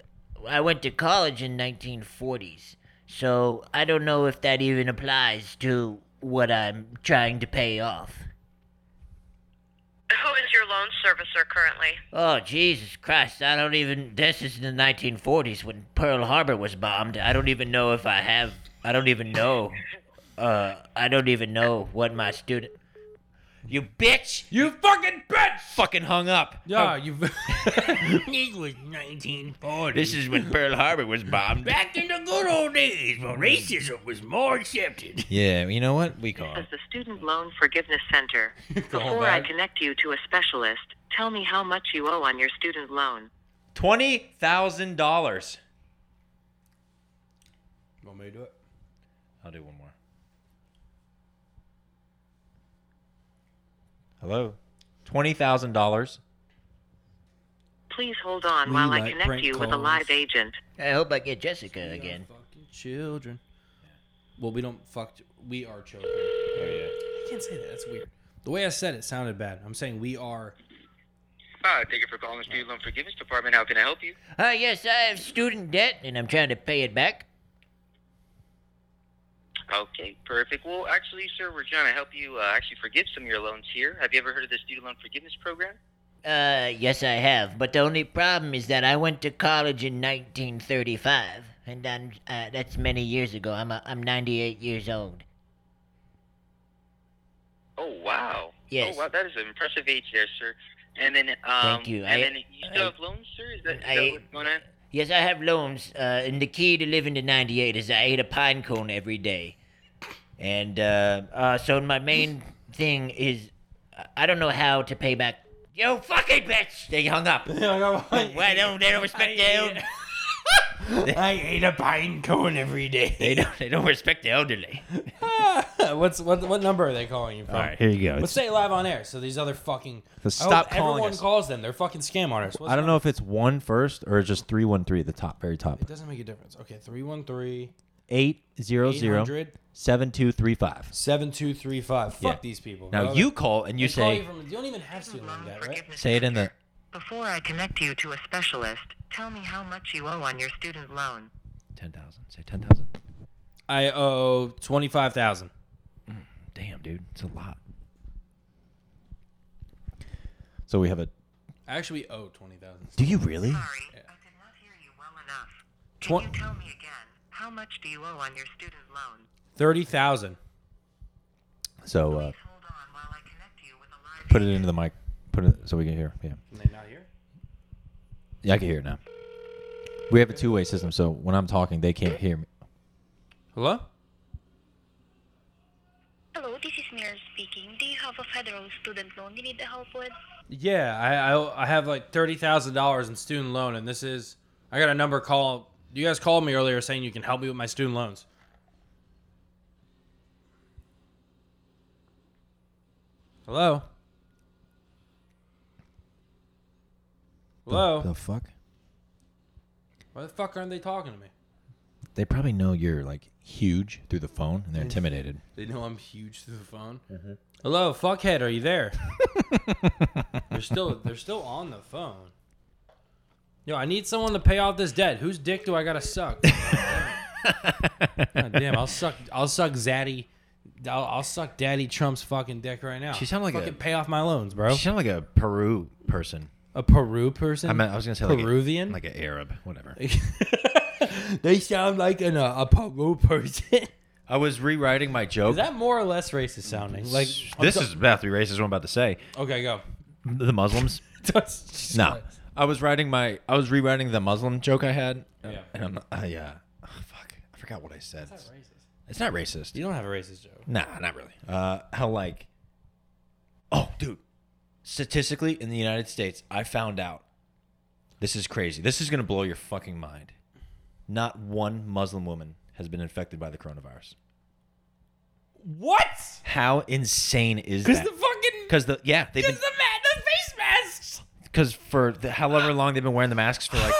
[SPEAKER 5] I went to college in 1940s, so I don't know if that even applies to what I'm trying to pay off.
[SPEAKER 4] Who is your loan servicer currently?
[SPEAKER 5] Oh Jesus Christ! I don't even. This is the 1940s when Pearl Harbor was bombed. I don't even know if I have. I don't even know. Uh, I don't even know what my student. You bitch!
[SPEAKER 2] You fucking bitch!
[SPEAKER 5] Fucking hung up.
[SPEAKER 2] Yeah, you. it was 1940.
[SPEAKER 5] This is when Pearl Harbor was bombed.
[SPEAKER 6] Back in the good old days when racism was more accepted.
[SPEAKER 1] Yeah, you know what? We call.
[SPEAKER 7] This is the Student Loan Forgiveness Center. Before I connect you to a specialist, tell me how much you owe on your student loan.
[SPEAKER 1] Twenty thousand dollars.
[SPEAKER 2] Want me to do it?
[SPEAKER 1] I'll do one more. Hello. Twenty thousand dollars.
[SPEAKER 7] Please hold on
[SPEAKER 2] We
[SPEAKER 7] while I
[SPEAKER 2] like prank
[SPEAKER 7] connect you with a
[SPEAKER 2] calls.
[SPEAKER 7] live agent.
[SPEAKER 5] I hope I get Jessica again.
[SPEAKER 2] Fucking children. Well, we don't fuck. We are children.
[SPEAKER 1] Oh yeah.
[SPEAKER 2] I can't say that. That's weird. The way I said it sounded bad. I'm saying we are.
[SPEAKER 8] Uh, thank you for calling the Student Loan Forgiveness Department. How can I help you?
[SPEAKER 5] Ah, yes, I have student debt, and I'm trying to pay it back.
[SPEAKER 8] Okay, perfect. Well, actually, sir, we're trying to help you uh, actually forgive some of your loans here. Have you ever heard of the Student Loan Forgiveness Program?
[SPEAKER 5] Uh, yes, I have. But the only problem is that I went to college in 1935, and I'm, uh, that's many years ago. I'm a, I'm 98 years old.
[SPEAKER 8] Oh, wow.
[SPEAKER 5] Yes.
[SPEAKER 8] Oh, wow, that is an impressive age there, sir. And then, um,
[SPEAKER 5] Thank you.
[SPEAKER 8] And
[SPEAKER 5] I-
[SPEAKER 8] then you still
[SPEAKER 5] I-
[SPEAKER 8] have loans, sir? Is that, is
[SPEAKER 5] I-
[SPEAKER 8] that what's going on?
[SPEAKER 5] Yes, I have loans, uh, and the key to living to 98 is I ate a pine cone every day. And uh, uh, so my main thing is I- I don't know how to pay back. Yo, fucking bitch! They hung up. Why don't they don't respect their own?
[SPEAKER 6] I ate a pine cone every day.
[SPEAKER 5] They don't. They don't respect the elderly.
[SPEAKER 2] What's what? What number are they calling you from?
[SPEAKER 1] All right, here you go.
[SPEAKER 2] Let's say it live on air. So these other fucking.
[SPEAKER 1] So
[SPEAKER 2] I
[SPEAKER 1] stop
[SPEAKER 2] hope
[SPEAKER 1] calling
[SPEAKER 2] Everyone
[SPEAKER 1] us.
[SPEAKER 2] calls them. They're fucking scam artists. What's
[SPEAKER 1] I don't know if it's one first or just three one three at the top, very top.
[SPEAKER 2] It doesn't make a difference. Okay, 313
[SPEAKER 1] Eight zero zero
[SPEAKER 2] 800
[SPEAKER 1] seven two three five.
[SPEAKER 2] 7235. Fuck
[SPEAKER 1] Yeah.
[SPEAKER 2] these people.
[SPEAKER 1] Now
[SPEAKER 2] bro.
[SPEAKER 1] you call and you
[SPEAKER 2] They call
[SPEAKER 1] say
[SPEAKER 2] you from- you don't even have student loan debt, right?
[SPEAKER 1] say it in the
[SPEAKER 7] Before I connect you to a specialist, tell me how much you owe on your student loan.
[SPEAKER 1] ten thousand. Say ten thousand.
[SPEAKER 2] I owe 25,000.
[SPEAKER 1] Damn, dude, it's a lot. So we have a.
[SPEAKER 2] I actually owe 20,000.
[SPEAKER 1] Do you really?
[SPEAKER 7] Sorry, I did not hear you well enough. Can
[SPEAKER 2] Twen-
[SPEAKER 7] you tell me again, how much do you owe on your student loan?
[SPEAKER 2] 30,000.
[SPEAKER 1] So uh,
[SPEAKER 7] Please hold on while I connect you with a live
[SPEAKER 1] put it into the mic. Put it so we can hear. Yeah,
[SPEAKER 2] Can they not hear?
[SPEAKER 1] yeah, I can hear it now. We have a two-way system, so when I'm talking, they can't hear me.
[SPEAKER 2] Hello?
[SPEAKER 9] Hello, this is Mira speaking. Do you have a federal student loan you need help with?
[SPEAKER 2] Yeah, I I, I have like $30,000 in student loan and this is I got a number call. You guys called me earlier saying you can help me with my student loans. Hello? Hello?
[SPEAKER 1] The, the fuck?
[SPEAKER 2] Why the fuck aren't they talking to me?
[SPEAKER 1] They probably know you're like huge through the phone, and they're intimidated.
[SPEAKER 2] They know I'm huge through the phone.
[SPEAKER 1] Mm-hmm.
[SPEAKER 2] Hello, fuckhead, are you there? they're still they're still on the phone. Yo, I need someone to pay off this debt. Whose dick do I gotta suck? God damn, I'll suck I'll suck Zaddy. I'll, I'll suck Daddy Trump's fucking dick right now.
[SPEAKER 1] She sound like a-
[SPEAKER 2] fucking pay off my loans, bro.
[SPEAKER 1] You sound like a Peru person.
[SPEAKER 2] A Peru person.
[SPEAKER 1] I mean, I was gonna say like a-
[SPEAKER 2] Peruvian.
[SPEAKER 1] like an Arab, whatever.
[SPEAKER 2] they sound like an, uh, a Peru person.
[SPEAKER 1] I was rewriting my joke.
[SPEAKER 2] Is that more or less racist sounding? Like I'm
[SPEAKER 1] this
[SPEAKER 2] so-
[SPEAKER 1] is about three racist. What I'm about to say.
[SPEAKER 2] okay. Go.
[SPEAKER 1] The Muslims. No, I was writing my. I was rewriting the Muslim joke I had.
[SPEAKER 2] Yeah.
[SPEAKER 1] And I'm. Uh, yeah. Oh, fuck. I forgot what I said. It's not racist.
[SPEAKER 2] You don't have a racist joke.
[SPEAKER 1] Nah, not really. Uh, how like? Oh, dude. Statistically, in the United States, I found out. This is crazy. This is gonna blow your fucking mind. Not one Muslim woman has been infected by the coronavirus.
[SPEAKER 2] What?
[SPEAKER 1] How insane is
[SPEAKER 2] Because
[SPEAKER 1] that?
[SPEAKER 2] the fucking
[SPEAKER 1] Because the yeah they've been
[SPEAKER 2] because the man the face masks.
[SPEAKER 1] because for the, however long they've been wearing the masks for like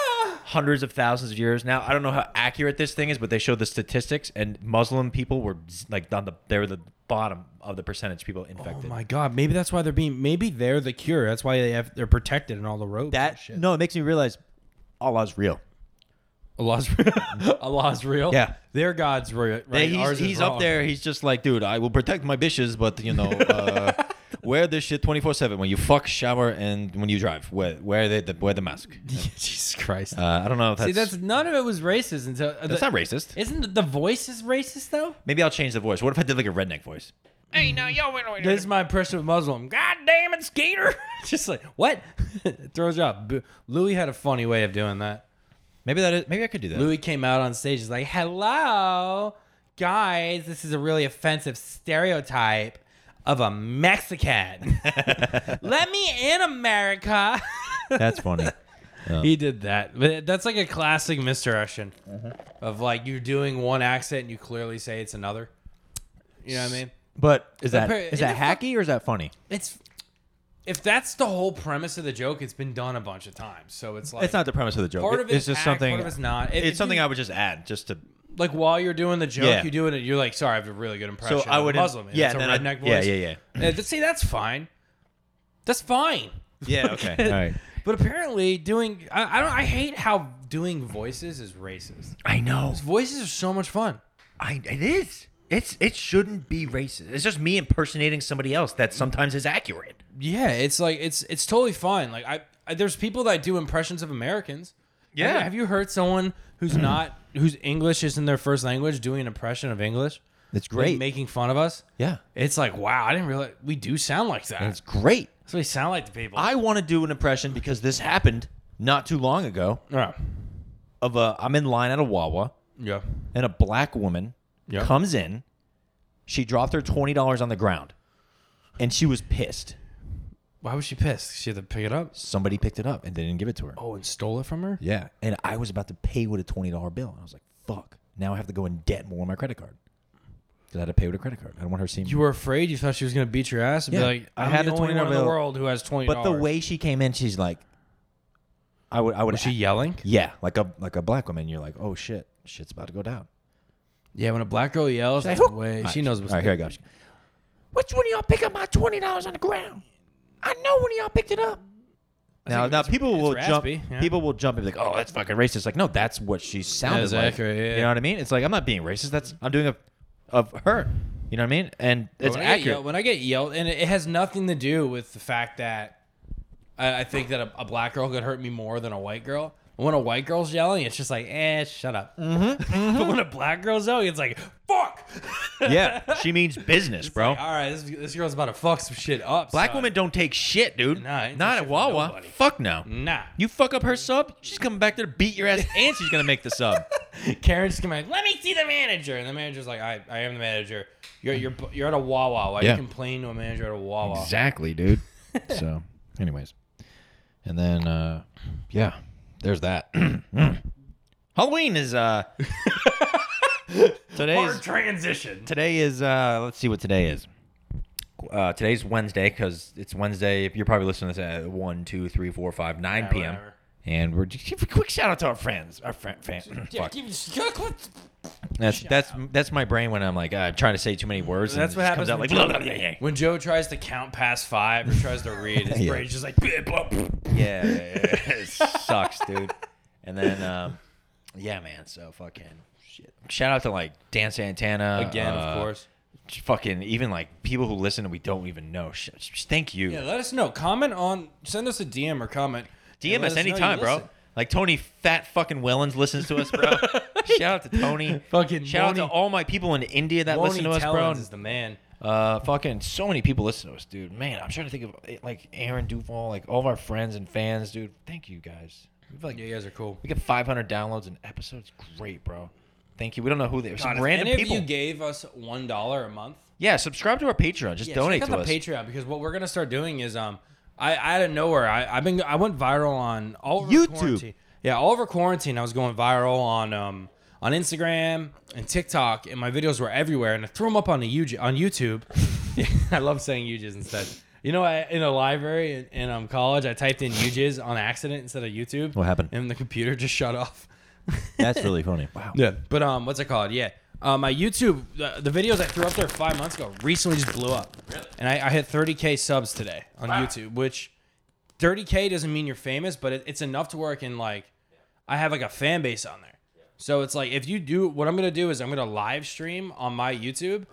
[SPEAKER 1] hundreds of thousands of years now. I don't know how accurate this thing is, but they showed the statistics, and Muslim people were z- like on the they were the bottom of the percentage people
[SPEAKER 2] Oh
[SPEAKER 1] infected.
[SPEAKER 2] my god, maybe that's why they're being. Maybe they're the cure. That's why they have, they're protected in all the ropes. and
[SPEAKER 1] that
[SPEAKER 2] Oh, shit.
[SPEAKER 1] no, it makes me realize Allah's real.
[SPEAKER 2] Allah's Allah's real.
[SPEAKER 1] Yeah.
[SPEAKER 2] their God's real. Right?
[SPEAKER 1] Yeah, he's
[SPEAKER 2] Ours is
[SPEAKER 1] he's up
[SPEAKER 2] wrong.
[SPEAKER 1] there. He's just like, dude, I will protect my bitches, but you know, uh, wear this shit twenty four seven when you fuck, shower, and when you drive. Wear wear the, the wear the mask.
[SPEAKER 2] Jesus Christ.
[SPEAKER 1] Uh, I don't know if that's,
[SPEAKER 2] See, that's none of it was racist until uh,
[SPEAKER 1] that's
[SPEAKER 2] the-
[SPEAKER 1] not racist.
[SPEAKER 2] Isn't the, the voice is racist though?
[SPEAKER 1] Maybe I'll change the voice. What if I did like a redneck voice?
[SPEAKER 6] Hey, now y'all went away.
[SPEAKER 2] This is my impression of Muslim. God damn it, Skeeter! Just like what? it throws you off. B- Louis had a funny way of doing that.
[SPEAKER 1] Maybe that is, maybe I could do that.
[SPEAKER 2] Louis came out on stage. He's like, "Hello, guys. This is a really offensive stereotype of a Mexican. Let me in, America."
[SPEAKER 1] That's funny.
[SPEAKER 2] He did that. But that's like a classic misdirection
[SPEAKER 1] Mm-hmm.
[SPEAKER 2] of like you're doing one accent and you clearly say it's another. You know what I mean?
[SPEAKER 1] But is
[SPEAKER 2] The
[SPEAKER 1] that
[SPEAKER 2] per-
[SPEAKER 1] is
[SPEAKER 2] in
[SPEAKER 1] that
[SPEAKER 2] the fuck-
[SPEAKER 1] hacky or is that funny?
[SPEAKER 2] It's if that's the whole premise of the joke, it's been done a bunch of times. So it's like
[SPEAKER 1] it's not the premise of the joke.
[SPEAKER 2] part
[SPEAKER 1] It-
[SPEAKER 2] of it's,
[SPEAKER 1] it's just
[SPEAKER 2] act,
[SPEAKER 1] something.
[SPEAKER 2] Part of it's not. If-
[SPEAKER 1] it's
[SPEAKER 2] if
[SPEAKER 1] something
[SPEAKER 2] you-
[SPEAKER 1] I would just add just to.
[SPEAKER 2] like while you're doing the joke,
[SPEAKER 1] Yeah.
[SPEAKER 2] you do it. You're like, sorry, I have a really good impression.
[SPEAKER 1] So I
[SPEAKER 2] of a
[SPEAKER 1] would
[SPEAKER 2] Muslim. and
[SPEAKER 1] Yeah,
[SPEAKER 2] it's a
[SPEAKER 1] then I-
[SPEAKER 2] redneck
[SPEAKER 1] yeah,
[SPEAKER 2] voice.
[SPEAKER 1] yeah, yeah.
[SPEAKER 2] yeah. See, that's fine. That's fine.
[SPEAKER 1] Yeah. Okay. All right.
[SPEAKER 2] But apparently, doing I, I don't I hate how doing voices is racist.
[SPEAKER 3] I know.
[SPEAKER 2] Voices are so much fun.
[SPEAKER 3] I, it is. It's it shouldn't be racist. It's just me impersonating somebody else that sometimes is accurate.
[SPEAKER 2] Yeah, it's like it's it's totally fine. Like I, I there's people that do impressions of Americans. Yeah, have, you heard someone who's not whose English isn't their first language doing an impression of English?
[SPEAKER 1] It's
[SPEAKER 2] Like,
[SPEAKER 1] great.
[SPEAKER 2] making fun of us.
[SPEAKER 1] yeah.
[SPEAKER 2] It's like wow, I didn't realize we do sound like
[SPEAKER 1] It's
[SPEAKER 2] that.
[SPEAKER 1] great.
[SPEAKER 2] So we sound like the people.
[SPEAKER 1] I want to do an impression because this happened not too long ago.
[SPEAKER 2] yeah,
[SPEAKER 1] Of a, I'm in line at a Wawa
[SPEAKER 2] yeah,
[SPEAKER 1] and a black woman
[SPEAKER 2] Yeah.
[SPEAKER 1] comes in. She dropped her twenty dollars on the ground, and she was pissed.
[SPEAKER 2] Why was she pissed? She had to pick it up.
[SPEAKER 1] Somebody picked it up and they didn't give it to her.
[SPEAKER 2] Oh, and stole it from her.
[SPEAKER 1] Yeah. And I was about to pay with a twenty dollar bill, and I was like, "Fuck!" Now I have to go in debt more on my credit card because I had to pay with a credit card. I don't want her seeing.
[SPEAKER 2] You were afraid. You thought she was gonna beat your ass and
[SPEAKER 1] Yeah,
[SPEAKER 2] be like,
[SPEAKER 1] I
[SPEAKER 2] "I'm
[SPEAKER 1] had
[SPEAKER 2] the
[SPEAKER 1] a
[SPEAKER 2] only one in
[SPEAKER 1] $20
[SPEAKER 2] the
[SPEAKER 1] bill."
[SPEAKER 2] world who has twenty
[SPEAKER 1] but the way she came in, she's like, "I would, I would."
[SPEAKER 2] was she yelling?
[SPEAKER 1] yeah, like a like a black woman. You're like, "Oh shit, shit's about to go down."
[SPEAKER 2] Yeah, when a black girl yells,
[SPEAKER 1] She's
[SPEAKER 2] that's
[SPEAKER 1] like,
[SPEAKER 2] the
[SPEAKER 1] "Who?"
[SPEAKER 2] way
[SPEAKER 1] All
[SPEAKER 2] she
[SPEAKER 1] right,
[SPEAKER 2] knows what's.
[SPEAKER 1] All right, here I go.
[SPEAKER 3] Which one of y'all pick up my twenty dollars on the ground? I know one of y'all picked it up.
[SPEAKER 1] Now, now people will jump.
[SPEAKER 2] raspy, yeah.
[SPEAKER 1] People will jump and be like, "Oh, that's fucking racist." Like, no, that's what she sounded
[SPEAKER 2] That's
[SPEAKER 1] like.
[SPEAKER 2] accurate, yeah.
[SPEAKER 1] You know what I mean? It's like I'm not being racist. That's I'm doing a, of her. You know what I mean? And it's
[SPEAKER 2] when I get
[SPEAKER 1] accurate.
[SPEAKER 2] yelled, when I get yelled, and it, it has nothing to do with the fact that I, I think that a, a black girl could hurt me more than a white girl. When a white girl's yelling, it's just like, eh, shut up.
[SPEAKER 1] Mm-hmm.
[SPEAKER 2] but when a black girl's yelling, it's like, fuck.
[SPEAKER 1] yeah, she means business,
[SPEAKER 2] It's
[SPEAKER 1] bro.
[SPEAKER 2] like, all right, this, this girl's about to fuck some shit up.
[SPEAKER 1] Black
[SPEAKER 2] son."
[SPEAKER 1] women don't take shit, dude.
[SPEAKER 2] Nah, ain't
[SPEAKER 1] not
[SPEAKER 2] no
[SPEAKER 1] at
[SPEAKER 2] shit from
[SPEAKER 1] Wawa.
[SPEAKER 2] nobody. Mm.
[SPEAKER 1] Fuck no.
[SPEAKER 2] Nah.
[SPEAKER 1] You fuck up her sub, she's coming back there to beat your ass, and she's gonna make the sub.
[SPEAKER 2] Karen's coming. Like, Let me see the manager, and the manager's like, "I, I am the manager. You're, you're, you're at a Wawa. Why
[SPEAKER 1] Yeah.
[SPEAKER 2] you complain to a manager at a Wawa?
[SPEAKER 1] Exactly, dude. so, anyways, and then uh, yeah, there's that. Halloween is uh today is
[SPEAKER 2] transition.
[SPEAKER 1] today is uh let's see what today is. Uh, today's Wednesday because it's Wednesday. You're probably listening to this at 1, 2, 3, 4, 5, 9 p.m.
[SPEAKER 2] whatever.
[SPEAKER 1] And we're just give a quick shout out to our friends, our friend, fan.
[SPEAKER 2] Yeah,
[SPEAKER 1] fuck.
[SPEAKER 2] keep, just- what-
[SPEAKER 1] That's that's that's my brain when I'm like uh, trying to say too many words. and
[SPEAKER 2] That's
[SPEAKER 1] it
[SPEAKER 2] what
[SPEAKER 1] just
[SPEAKER 2] happens
[SPEAKER 1] Comes out
[SPEAKER 2] when
[SPEAKER 1] like
[SPEAKER 2] Joe- When Joe tries to count past five or tries to read, his
[SPEAKER 1] Yeah.
[SPEAKER 2] brain's just like,
[SPEAKER 1] yeah, yeah, yeah, yeah. it sucks, dude. And then um, yeah, man. So fucking shit. Shout out to like Dan Santana
[SPEAKER 2] again,
[SPEAKER 1] uh,
[SPEAKER 2] of course.
[SPEAKER 1] Fucking even like people who listen and we don't even know. Sh- sh- Thank you.
[SPEAKER 2] Yeah, let us know. Comment on, send us a DM or comment. and
[SPEAKER 1] DM
[SPEAKER 2] let
[SPEAKER 1] us
[SPEAKER 2] know you
[SPEAKER 1] anytime, bro.
[SPEAKER 2] listen.
[SPEAKER 1] Like Tony Fat fucking Wellens listens to us, bro. Shout out to Tony.
[SPEAKER 2] Fucking
[SPEAKER 1] shout out
[SPEAKER 2] Moni-
[SPEAKER 1] to all my people in India that listen to
[SPEAKER 2] Lonnie
[SPEAKER 1] us, bro.
[SPEAKER 2] Tellens is the man.
[SPEAKER 1] Uh, fucking so many people listen to us, dude. Man, I'm trying to think of it, like Aaron Duval, like all of our friends and fans, dude. Thank you guys. We've like
[SPEAKER 2] Yeah, you guys are cool.
[SPEAKER 1] we get 500 downloads an episode. It's great, bro. Thank you. We don't know who they are. Some
[SPEAKER 2] If
[SPEAKER 1] random
[SPEAKER 2] any
[SPEAKER 1] people.
[SPEAKER 2] of you gave us one dollar a month,
[SPEAKER 1] yeah, subscribe to our Patreon. Just donate
[SPEAKER 2] check
[SPEAKER 1] to
[SPEAKER 2] out
[SPEAKER 1] us.
[SPEAKER 2] the Patreon because what we're gonna start doing is um, I out of nowhere I I've been I went viral on all over
[SPEAKER 1] YouTube.
[SPEAKER 2] Quarantine. Yeah, all over quarantine I was going viral on um on Instagram and TikTok and my videos were everywhere and I threw them up on the UG, on YouTube. I love saying UGs instead. You know, I, in a library in, in um, college, I typed in UJIS on accident instead of YouTube.
[SPEAKER 1] What happened?
[SPEAKER 2] And the computer just shut off.
[SPEAKER 1] That's really funny. Wow.
[SPEAKER 2] Yeah, but um, what's it called? Yeah, uh, my YouTube, uh, the videos I threw up there five months ago recently just blew up, really? and I, I hit 30k subs today on YouTube, which 30k doesn't mean you're famous, but it, it's enough to where I can like, I have like a fan base on there. So it's like if you do what I'm gonna do is I'm gonna live stream on my YouTube,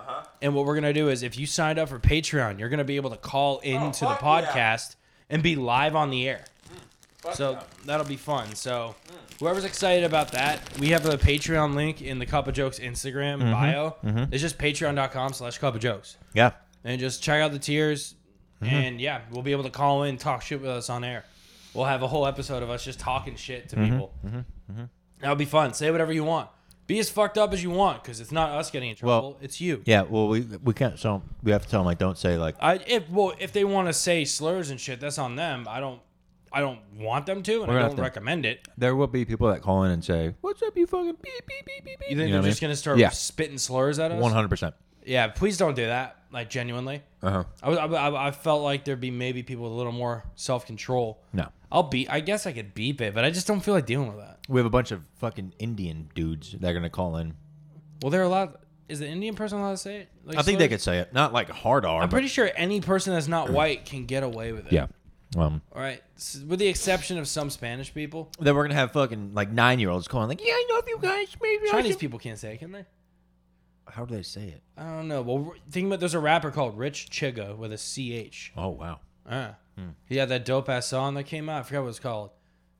[SPEAKER 2] and what we're gonna do is if you signed up for Patreon, you're gonna be able to call into the podcast and be live on the air. So that'll be fun. So whoever's excited about that, we have a Patreon link in the Cup of Jokes Instagram bio. It's just patreon.com slash cup of jokes.
[SPEAKER 1] Mm-hmm. Yeah. Mm-hmm.
[SPEAKER 2] And just check out the tiers. And yeah, we'll be able to call in, talk shit with us on air. We'll have a whole episode of us just talking shit to
[SPEAKER 1] Mm-hmm.
[SPEAKER 2] people. That'll be fun. Say whatever you want. Be as fucked up as you want, because it's not us getting in
[SPEAKER 1] Well,
[SPEAKER 2] trouble. it's you.
[SPEAKER 1] Yeah. Well, we we can't. So we have to tell them like, don't say like.
[SPEAKER 2] I if well if they want to say slurs and shit, that's on them. I don't I don't want them to, and
[SPEAKER 1] We're
[SPEAKER 2] I
[SPEAKER 1] gonna
[SPEAKER 2] don't
[SPEAKER 1] have to-
[SPEAKER 2] recommend it.
[SPEAKER 1] There will be people that call in and say, "What's up, you fucking beep beep beep beep beep."
[SPEAKER 2] You
[SPEAKER 1] You
[SPEAKER 2] think
[SPEAKER 1] know
[SPEAKER 2] they're
[SPEAKER 1] what I
[SPEAKER 2] just
[SPEAKER 1] mean?
[SPEAKER 2] gonna start
[SPEAKER 1] Yeah.
[SPEAKER 2] spitting slurs at us?
[SPEAKER 1] One hundred percent.
[SPEAKER 2] Yeah, please don't do that. Like genuinely,
[SPEAKER 1] Uh huh.
[SPEAKER 2] I, was- I, I, I felt like there'd be maybe people with a little more self control.
[SPEAKER 1] No.
[SPEAKER 2] I'll be. I guess I could beep it, but I just don't feel like dealing with that.
[SPEAKER 1] We have a bunch of fucking Indian dudes that are gonna call in.
[SPEAKER 2] Well, they're allowed. Is the Indian person allowed to say it? Like
[SPEAKER 1] I think they
[SPEAKER 2] slurs?
[SPEAKER 1] could say it, not like hard R.
[SPEAKER 2] I'm
[SPEAKER 1] but-
[SPEAKER 2] pretty sure any person that's not white can get away with it.
[SPEAKER 1] Yeah. Um.
[SPEAKER 2] All right, S with the exception of some Spanish people,
[SPEAKER 1] Then we're gonna have fucking like nine year olds calling like, "Yeah, I know if you guys maybe." I
[SPEAKER 2] Chinese
[SPEAKER 1] should-"
[SPEAKER 2] people can't say it, can they?
[SPEAKER 1] How do they say it?
[SPEAKER 2] I don't know. Well, think about there's a rapper called Rich Chiga with a CH.
[SPEAKER 1] Oh wow.
[SPEAKER 2] Uh,
[SPEAKER 1] Hmm.
[SPEAKER 2] He had that dope ass song that came out. I forgot what it's called.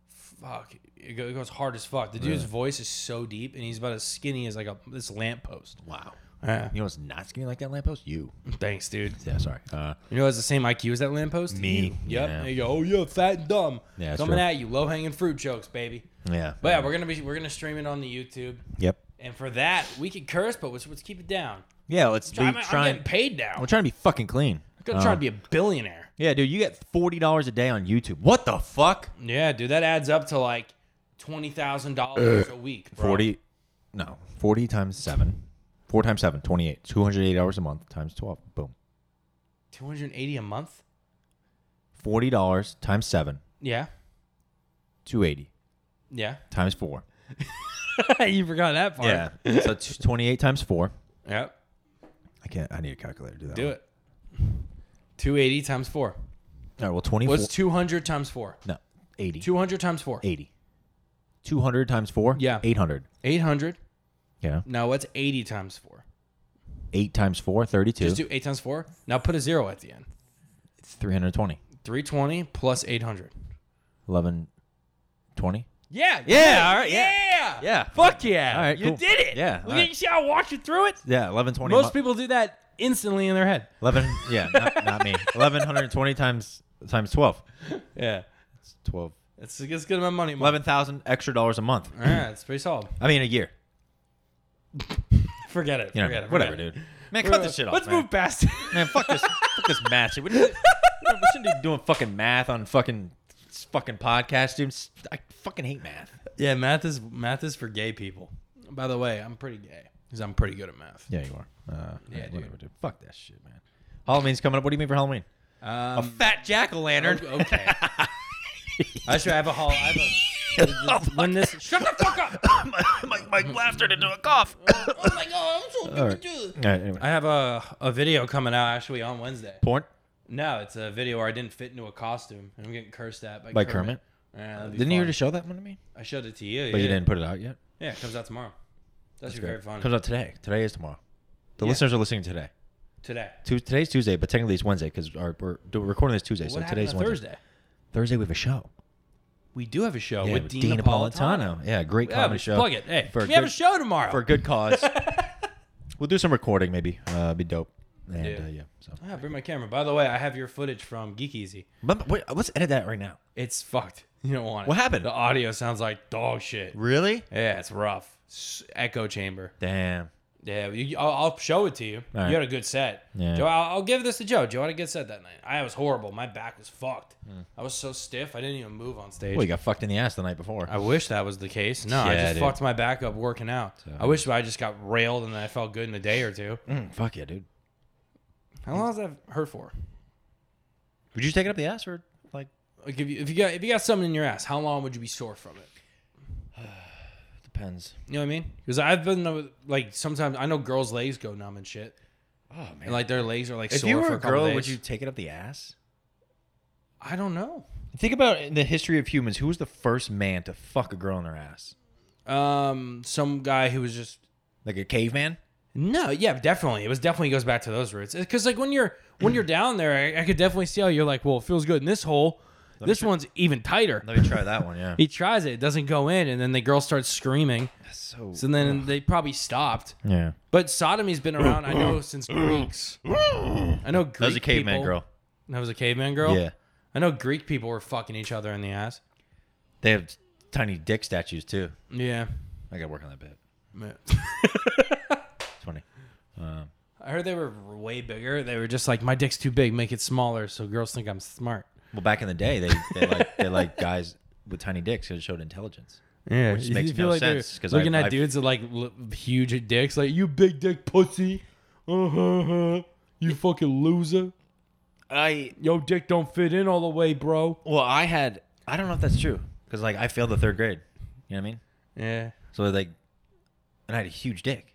[SPEAKER 2] Fuck. It go- it goes hard as fuck. The dude's voice is so deep, and he's about as skinny as like a this lamppost.
[SPEAKER 1] Wow.
[SPEAKER 2] Yeah.
[SPEAKER 1] You know what's not skinny like that lamppost? You.
[SPEAKER 2] Thanks, dude.
[SPEAKER 1] Yeah. Sorry. Uh.
[SPEAKER 2] You know, it's the same IQ as that lamppost.
[SPEAKER 1] Me.
[SPEAKER 2] You. Yep.
[SPEAKER 1] Yeah.
[SPEAKER 2] There you go. Oh yeah, fat and dumb.
[SPEAKER 1] Yeah, that's
[SPEAKER 2] Coming
[SPEAKER 1] true.
[SPEAKER 2] at you, low hanging fruit jokes, baby.
[SPEAKER 1] Yeah.
[SPEAKER 2] But yeah, we're gonna be we're gonna stream it on the YouTube,
[SPEAKER 1] Yep.
[SPEAKER 2] and for that we could curse, but let's, let's keep it down.
[SPEAKER 1] Yeah. Let's be
[SPEAKER 2] I'm, I'm
[SPEAKER 1] trying.
[SPEAKER 2] getting paid now.
[SPEAKER 1] We're trying to be fucking clean.
[SPEAKER 2] I'm gonna
[SPEAKER 1] Uh.
[SPEAKER 2] try to be a billionaire.
[SPEAKER 1] Yeah, dude, you get forty dollars a day on YouTube. What the fuck?
[SPEAKER 2] Yeah, dude, that adds up to like twenty thousand dollars a week. Bro.
[SPEAKER 1] Forty, no, forty times seven, four times seven, twenty-eight. Two hundred eight hours a month times twelve. Boom.
[SPEAKER 2] 280 a month?
[SPEAKER 1] Forty dollars times seven,
[SPEAKER 2] Yeah.
[SPEAKER 1] two eighty
[SPEAKER 2] Yeah.
[SPEAKER 1] times four.
[SPEAKER 2] you forgot that part.
[SPEAKER 1] so it's twenty-eight times four.
[SPEAKER 2] Yep.
[SPEAKER 1] I can't. I need a calculator. to Do that.
[SPEAKER 2] Do it. 280 times 4.
[SPEAKER 1] All right. Well, twenty-four.
[SPEAKER 2] What's 200 times 4?
[SPEAKER 1] no, eighty.
[SPEAKER 2] 200 times 4.
[SPEAKER 1] Eighty. Two hundred times four.
[SPEAKER 2] Yeah.
[SPEAKER 1] Eight hundred.
[SPEAKER 2] 800.
[SPEAKER 1] Yeah.
[SPEAKER 2] Now what's 80 times 4?
[SPEAKER 1] Eight times four. Thirty-two.
[SPEAKER 2] Just do 8 times 4. Now put a 0 at the end.
[SPEAKER 1] Three hundred twenty.
[SPEAKER 2] 320 plus 800.
[SPEAKER 1] Eleven. Twenty.
[SPEAKER 2] Yeah.
[SPEAKER 1] Yeah, all right, yeah.
[SPEAKER 2] Yeah.
[SPEAKER 1] Yeah.
[SPEAKER 2] Fuck yeah.
[SPEAKER 1] All right,
[SPEAKER 2] You
[SPEAKER 1] cool.
[SPEAKER 2] did it.
[SPEAKER 1] Yeah,
[SPEAKER 2] Look
[SPEAKER 1] all right.
[SPEAKER 2] at you see how I walked you through it?
[SPEAKER 1] Yeah. Eleven twenty.
[SPEAKER 2] Most people do that instantly in their head.
[SPEAKER 1] Eleven. Yeah. Not, not me. Eleven hundred twenty times times twelve.
[SPEAKER 2] Yeah.
[SPEAKER 1] It's twelve.
[SPEAKER 2] It's, it's good amount of money. Mike.
[SPEAKER 1] Eleven thousand extra dollars a month.
[SPEAKER 2] All right, it's pretty solid.
[SPEAKER 1] I mean, a year.
[SPEAKER 2] Forget it.
[SPEAKER 1] You know,
[SPEAKER 2] forget it.
[SPEAKER 1] whatever,
[SPEAKER 2] forget it.
[SPEAKER 1] dude. Man, cut
[SPEAKER 2] We're-
[SPEAKER 1] this shit off.
[SPEAKER 2] Let's
[SPEAKER 1] man.
[SPEAKER 2] move past it.
[SPEAKER 1] Man, fuck this. fuck this math shit. We, we shouldn't be doing fucking math on fucking this fucking podcast, dude. I fucking hate math.
[SPEAKER 2] yeah, math is math is for gay people. By the way, I'm pretty gay because I'm pretty good at math.
[SPEAKER 1] Yeah, you are. Uh,
[SPEAKER 2] Yeah, dude.
[SPEAKER 1] whatever, dude. Fuck that shit, man. Halloween's coming up. What do you mean for Halloween? a
[SPEAKER 2] Um,
[SPEAKER 1] fat jack o' lantern.
[SPEAKER 2] okay. I should have a hall. I have a, when this shut the fuck up.
[SPEAKER 6] Mike, Mike blasted into a cough.
[SPEAKER 1] All right. All right, anyway.
[SPEAKER 2] I have a a video coming out actually on Wednesday.
[SPEAKER 1] Porn
[SPEAKER 2] No, it's a video where I didn't fit into a costume and I'm getting cursed at by,
[SPEAKER 1] by Kermit.
[SPEAKER 2] Kermit. Yeah, that'd be
[SPEAKER 1] Didn't you
[SPEAKER 2] fun.
[SPEAKER 1] already show that one to me?
[SPEAKER 2] I showed it to you.
[SPEAKER 1] But
[SPEAKER 2] yeah.
[SPEAKER 1] you didn't put it out yet.
[SPEAKER 2] Yeah, it comes out tomorrow. That's,
[SPEAKER 1] That's
[SPEAKER 2] very
[SPEAKER 1] good.
[SPEAKER 2] fun.
[SPEAKER 1] Comes out today. Today is tomorrow. The
[SPEAKER 2] Yeah.
[SPEAKER 1] listeners are listening today.
[SPEAKER 2] today.
[SPEAKER 1] Tues today's Tuesday, but technically it's Wednesday because our we're do- recording this Tuesday.
[SPEAKER 2] What
[SPEAKER 1] so
[SPEAKER 2] happened
[SPEAKER 1] today's
[SPEAKER 2] on
[SPEAKER 1] Wednesday.
[SPEAKER 2] Thursday?
[SPEAKER 1] Thursday we have a show.
[SPEAKER 2] We do have a show
[SPEAKER 1] Yeah,
[SPEAKER 2] with Dean, Napolitano.
[SPEAKER 1] Yeah, great
[SPEAKER 2] Yeah,
[SPEAKER 1] comedy
[SPEAKER 2] we should
[SPEAKER 1] show.
[SPEAKER 2] plug it. Hey,
[SPEAKER 1] for
[SPEAKER 2] we
[SPEAKER 1] a
[SPEAKER 2] have
[SPEAKER 1] good,
[SPEAKER 2] a show tomorrow.
[SPEAKER 1] for a good cause. we'll do some recording maybe. Uh, it'd be dope. And
[SPEAKER 2] Yeah.
[SPEAKER 1] yeah, uh, yeah so.
[SPEAKER 2] Ah, bring my camera. By the way, I have your footage from Geek Easy.
[SPEAKER 1] But, wait, let's edit that right now.
[SPEAKER 2] It's fucked. You don't want it.
[SPEAKER 1] What happened?
[SPEAKER 2] The audio sounds like dog shit.
[SPEAKER 1] Really?
[SPEAKER 2] Yeah, it's rough. S- Echo chamber.
[SPEAKER 1] Damn.
[SPEAKER 2] Yeah, you, I'll, I'll show it to you.
[SPEAKER 1] All right.
[SPEAKER 2] You had a good set.
[SPEAKER 1] Yeah.
[SPEAKER 2] Joe, I'll, I'll give this to Joe. Joe had a good set that night. I was horrible. My back was fucked. I was so stiff. I didn't even move on
[SPEAKER 1] Well,
[SPEAKER 2] stage.
[SPEAKER 1] Hmm. you got fucked in the ass the night before.
[SPEAKER 2] I wish that was the case. No, I
[SPEAKER 1] Yeah,
[SPEAKER 2] just
[SPEAKER 1] dude.
[SPEAKER 2] fucked my back up working out. I wish I just got railed and then I felt good in a day or two.
[SPEAKER 1] Mm, fuck yeah, dude.
[SPEAKER 2] How long does that hurt for?
[SPEAKER 1] Would you take it up the ass or like
[SPEAKER 2] Like if you if you got if you got something in your ass, how long would you be sore from it?
[SPEAKER 1] depends?
[SPEAKER 2] You know what I mean? Because I've been uh, like sometimes I know girls' legs go numb and shit,
[SPEAKER 1] Oh
[SPEAKER 2] and like their legs are like
[SPEAKER 1] if
[SPEAKER 2] sore
[SPEAKER 1] you were
[SPEAKER 2] for
[SPEAKER 1] a
[SPEAKER 2] a couple
[SPEAKER 1] girl,
[SPEAKER 2] days.
[SPEAKER 1] would you take it up the ass?
[SPEAKER 2] I don't know.
[SPEAKER 1] Think about the history of humans. Who was the first man to fuck a girl in their ass?
[SPEAKER 2] Um, some guy who was just
[SPEAKER 1] Like a caveman?
[SPEAKER 2] No, yeah, definitely. It was definitely goes back to those roots. Because like when you're when you're down there, I, I could definitely see how you're like, well, it feels good in this hole. this one's even tighter.
[SPEAKER 1] Let me try that one. Yeah.
[SPEAKER 2] He tries it, it doesn't go in, and then the girl starts screaming.
[SPEAKER 1] so.
[SPEAKER 2] So then they probably stopped.
[SPEAKER 1] yeah.
[SPEAKER 2] But sodomy's been around, I know, since Greeks. I know Greek
[SPEAKER 1] That was a caveman
[SPEAKER 2] people-
[SPEAKER 1] girl.
[SPEAKER 2] That was a caveman girl.
[SPEAKER 1] Yeah.
[SPEAKER 2] I know Greek people were fucking each other in the ass.
[SPEAKER 1] They have tiny dick statues too.
[SPEAKER 2] Yeah.
[SPEAKER 1] I got to work on that bit. It's funny. Um,
[SPEAKER 2] I heard they were way bigger. They were just like, my dick's too big, make it smaller, so girls think I'm smart.
[SPEAKER 1] well, back in the day, they they like they like guys with tiny dicks because it showed intelligence.
[SPEAKER 2] Yeah,
[SPEAKER 1] Which makes no sense, 'cause
[SPEAKER 2] looking
[SPEAKER 1] I've-
[SPEAKER 2] at
[SPEAKER 1] I've-
[SPEAKER 2] dudes with like l- huge dicks, like you big dick pussy, uh-huh, you fucking loser,
[SPEAKER 1] I
[SPEAKER 2] yo dick don't fit in all the way, bro.
[SPEAKER 1] well, I had I don't know if that's true because like I failed the third grade. You know what I mean?
[SPEAKER 2] Yeah,
[SPEAKER 1] So like, and I had a huge dick.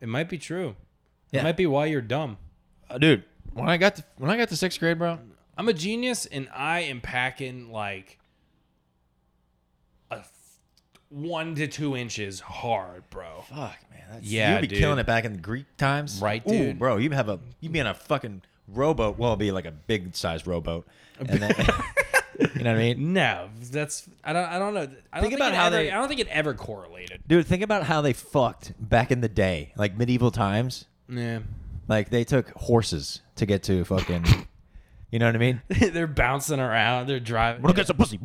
[SPEAKER 2] it might be true.
[SPEAKER 1] Yeah.
[SPEAKER 2] It might be why you're dumb.
[SPEAKER 1] Uh, dude, when I got to when I got to sixth grade, bro,
[SPEAKER 2] I'm a genius, and I am packing like a f- one to two inches hard, bro.
[SPEAKER 1] Fuck, man. That's,
[SPEAKER 2] Yeah,
[SPEAKER 1] you'd be
[SPEAKER 2] dude.
[SPEAKER 1] killing it back in the Greek times,
[SPEAKER 2] Right,
[SPEAKER 1] Ooh,
[SPEAKER 2] dude.
[SPEAKER 1] bro, you'd have a you'd be on a fucking rowboat. Well, it'd be like a big sized rowboat. And then, you know what I mean,
[SPEAKER 2] No, that's I don't I don't know. I don't think,
[SPEAKER 1] about
[SPEAKER 2] it
[SPEAKER 1] how
[SPEAKER 2] ever-
[SPEAKER 1] they-
[SPEAKER 2] I don't think it ever correlated.
[SPEAKER 1] dude? Think about how they fucked back in the day, like medieval times.
[SPEAKER 2] Yeah.
[SPEAKER 1] Like they took horses to get to fucking, you know what I mean?
[SPEAKER 2] they're bouncing around. They're driving.
[SPEAKER 1] get some pussy.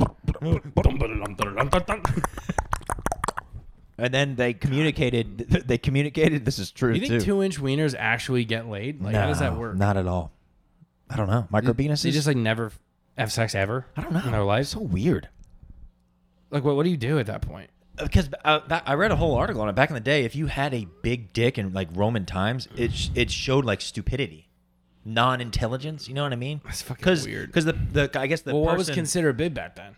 [SPEAKER 1] And then they communicated. They communicated. This is true
[SPEAKER 2] You think
[SPEAKER 1] too.
[SPEAKER 2] two inch wieners actually get laid? Like, how does that
[SPEAKER 1] No,
[SPEAKER 2] work?
[SPEAKER 1] Not at all. I don't know. Micropenis
[SPEAKER 2] They
[SPEAKER 1] is
[SPEAKER 2] just like never f- have sex ever.
[SPEAKER 1] I don't know.
[SPEAKER 2] in their lives.
[SPEAKER 1] so weird.
[SPEAKER 2] Like, what? What do you do at that point?
[SPEAKER 1] because uh, that, I read a whole article on it back in the day. If you had a big dick in like Roman times, it sh- it showed like stupidity, non-intelligence. You know what I mean?
[SPEAKER 2] That's fucking
[SPEAKER 1] Cause,
[SPEAKER 2] weird.
[SPEAKER 1] Because the, the I guess the
[SPEAKER 2] well, what was
[SPEAKER 1] person-
[SPEAKER 2] considered big back then?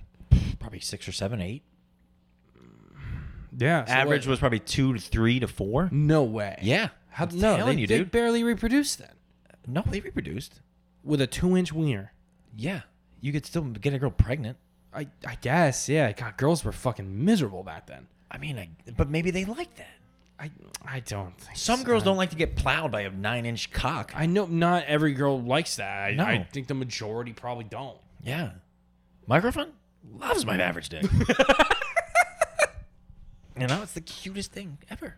[SPEAKER 1] probably six or seven, eight.
[SPEAKER 2] Yeah, so
[SPEAKER 1] Average
[SPEAKER 2] what-
[SPEAKER 1] was probably two to three to four.
[SPEAKER 2] no way.
[SPEAKER 1] Yeah,
[SPEAKER 2] how?
[SPEAKER 1] I'm
[SPEAKER 2] No,
[SPEAKER 1] telling
[SPEAKER 2] they,
[SPEAKER 1] you,
[SPEAKER 2] they
[SPEAKER 1] dude.
[SPEAKER 2] barely reproduced then
[SPEAKER 1] No, they reproduced.
[SPEAKER 2] with a two inch wiener.
[SPEAKER 1] Yeah, you could still get a girl pregnant.
[SPEAKER 2] I I guess yeah. God, girls were fucking miserable back then.
[SPEAKER 1] I mean, I, but maybe they like that.
[SPEAKER 2] I I don't think
[SPEAKER 1] Some
[SPEAKER 2] so.
[SPEAKER 1] girls don't like to get plowed by a nine-inch cock.
[SPEAKER 2] I know not every girl likes that. I,
[SPEAKER 1] No.
[SPEAKER 2] I think the majority probably don't.
[SPEAKER 1] Yeah. Microphone loves my average dick. you know, it's the cutest thing ever.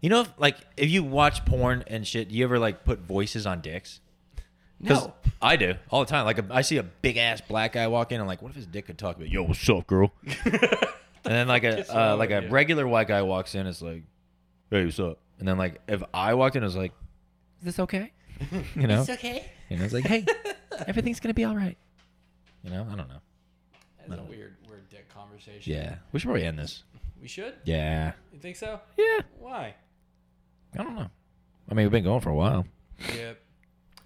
[SPEAKER 1] You know, if, like if you watch porn and shit, you ever like put voices on dicks? 'Cause
[SPEAKER 2] No.
[SPEAKER 1] I do all the time. Like I see a big ass black guy walk in, I'm like, what if his dick could talk? About yo, what's up, girl? and then like a uh, like a regular white guy walks in, it's like, hey, what's up? And then like if I walked in, it's like, is this okay? you know,
[SPEAKER 5] It's okay.
[SPEAKER 1] and I was like, hey, everything's gonna be all right. You know, I don't know.
[SPEAKER 2] That's a weird weird dick conversation.
[SPEAKER 1] Yeah, we should probably end this.
[SPEAKER 2] We should?
[SPEAKER 1] Yeah.
[SPEAKER 2] You think so?
[SPEAKER 1] Yeah.
[SPEAKER 2] Why?
[SPEAKER 1] I don't know. I mean, we've been going for a while.
[SPEAKER 2] Yep.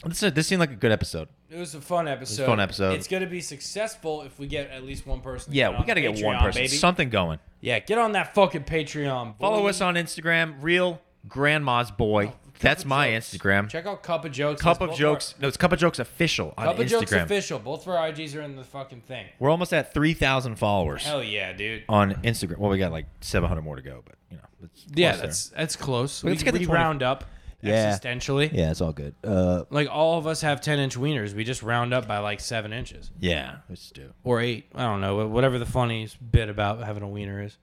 [SPEAKER 1] This this seemed like a good episode.
[SPEAKER 2] It was a fun episode.
[SPEAKER 1] fun episode.
[SPEAKER 2] It's gonna be successful if we get at least one person. to
[SPEAKER 1] Yeah,
[SPEAKER 2] get
[SPEAKER 1] we
[SPEAKER 2] on
[SPEAKER 1] got to
[SPEAKER 2] the
[SPEAKER 1] get one
[SPEAKER 2] Patreon,
[SPEAKER 1] person
[SPEAKER 2] baby.
[SPEAKER 1] something going.
[SPEAKER 2] yeah, get on that fucking Patreon.
[SPEAKER 1] Follow
[SPEAKER 2] boy.
[SPEAKER 1] us on Instagram, real grandma's boy. That's
[SPEAKER 2] Oh, of
[SPEAKER 1] my
[SPEAKER 2] Jokes.
[SPEAKER 1] Instagram.
[SPEAKER 2] Check out Cup of Jokes.
[SPEAKER 1] Cup of
[SPEAKER 2] That's both our-
[SPEAKER 1] jokes. No, it's Cup of Jokes official on
[SPEAKER 2] Cup
[SPEAKER 1] Instagram.
[SPEAKER 2] of Jokes official. Both of our IGs are in the fucking thing.
[SPEAKER 1] We're almost at three thousand followers
[SPEAKER 2] Hell yeah, dude.
[SPEAKER 1] on Instagram. Well, we got like seven hundred more to go, but you know, it's
[SPEAKER 2] Yeah,
[SPEAKER 1] close there.
[SPEAKER 2] that's that's close.
[SPEAKER 1] Let's
[SPEAKER 2] we
[SPEAKER 1] get the
[SPEAKER 2] we
[SPEAKER 1] 20
[SPEAKER 2] round up
[SPEAKER 1] Yeah.
[SPEAKER 2] existentially.
[SPEAKER 1] yeah, it's all good. Uh,
[SPEAKER 2] Like all of us have ten inch wieners. We just round up by like seven inches
[SPEAKER 1] yeah, let's do.
[SPEAKER 2] or eight. I don't know. Whatever the funniest bit about having a wiener is.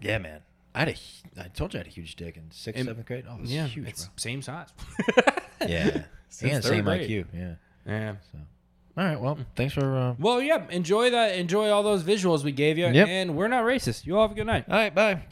[SPEAKER 1] Yeah, man. I had a, hu- I told you I had a huge dick in sixth,
[SPEAKER 2] And-
[SPEAKER 1] seventh grade. Oh, it's
[SPEAKER 2] Yeah,
[SPEAKER 1] huge,
[SPEAKER 2] it's
[SPEAKER 1] bro.
[SPEAKER 2] same size.
[SPEAKER 1] Yeah,
[SPEAKER 2] Since
[SPEAKER 1] and
[SPEAKER 2] third
[SPEAKER 1] same
[SPEAKER 2] grade.
[SPEAKER 1] IQ. Yeah.
[SPEAKER 2] yeah.
[SPEAKER 1] All right. Well, thanks for. Uh...
[SPEAKER 2] Well, yeah. Enjoy that. Enjoy all those visuals we gave you.
[SPEAKER 1] Yep.
[SPEAKER 2] And we're not racist. You all have a good night.
[SPEAKER 1] All right. Bye.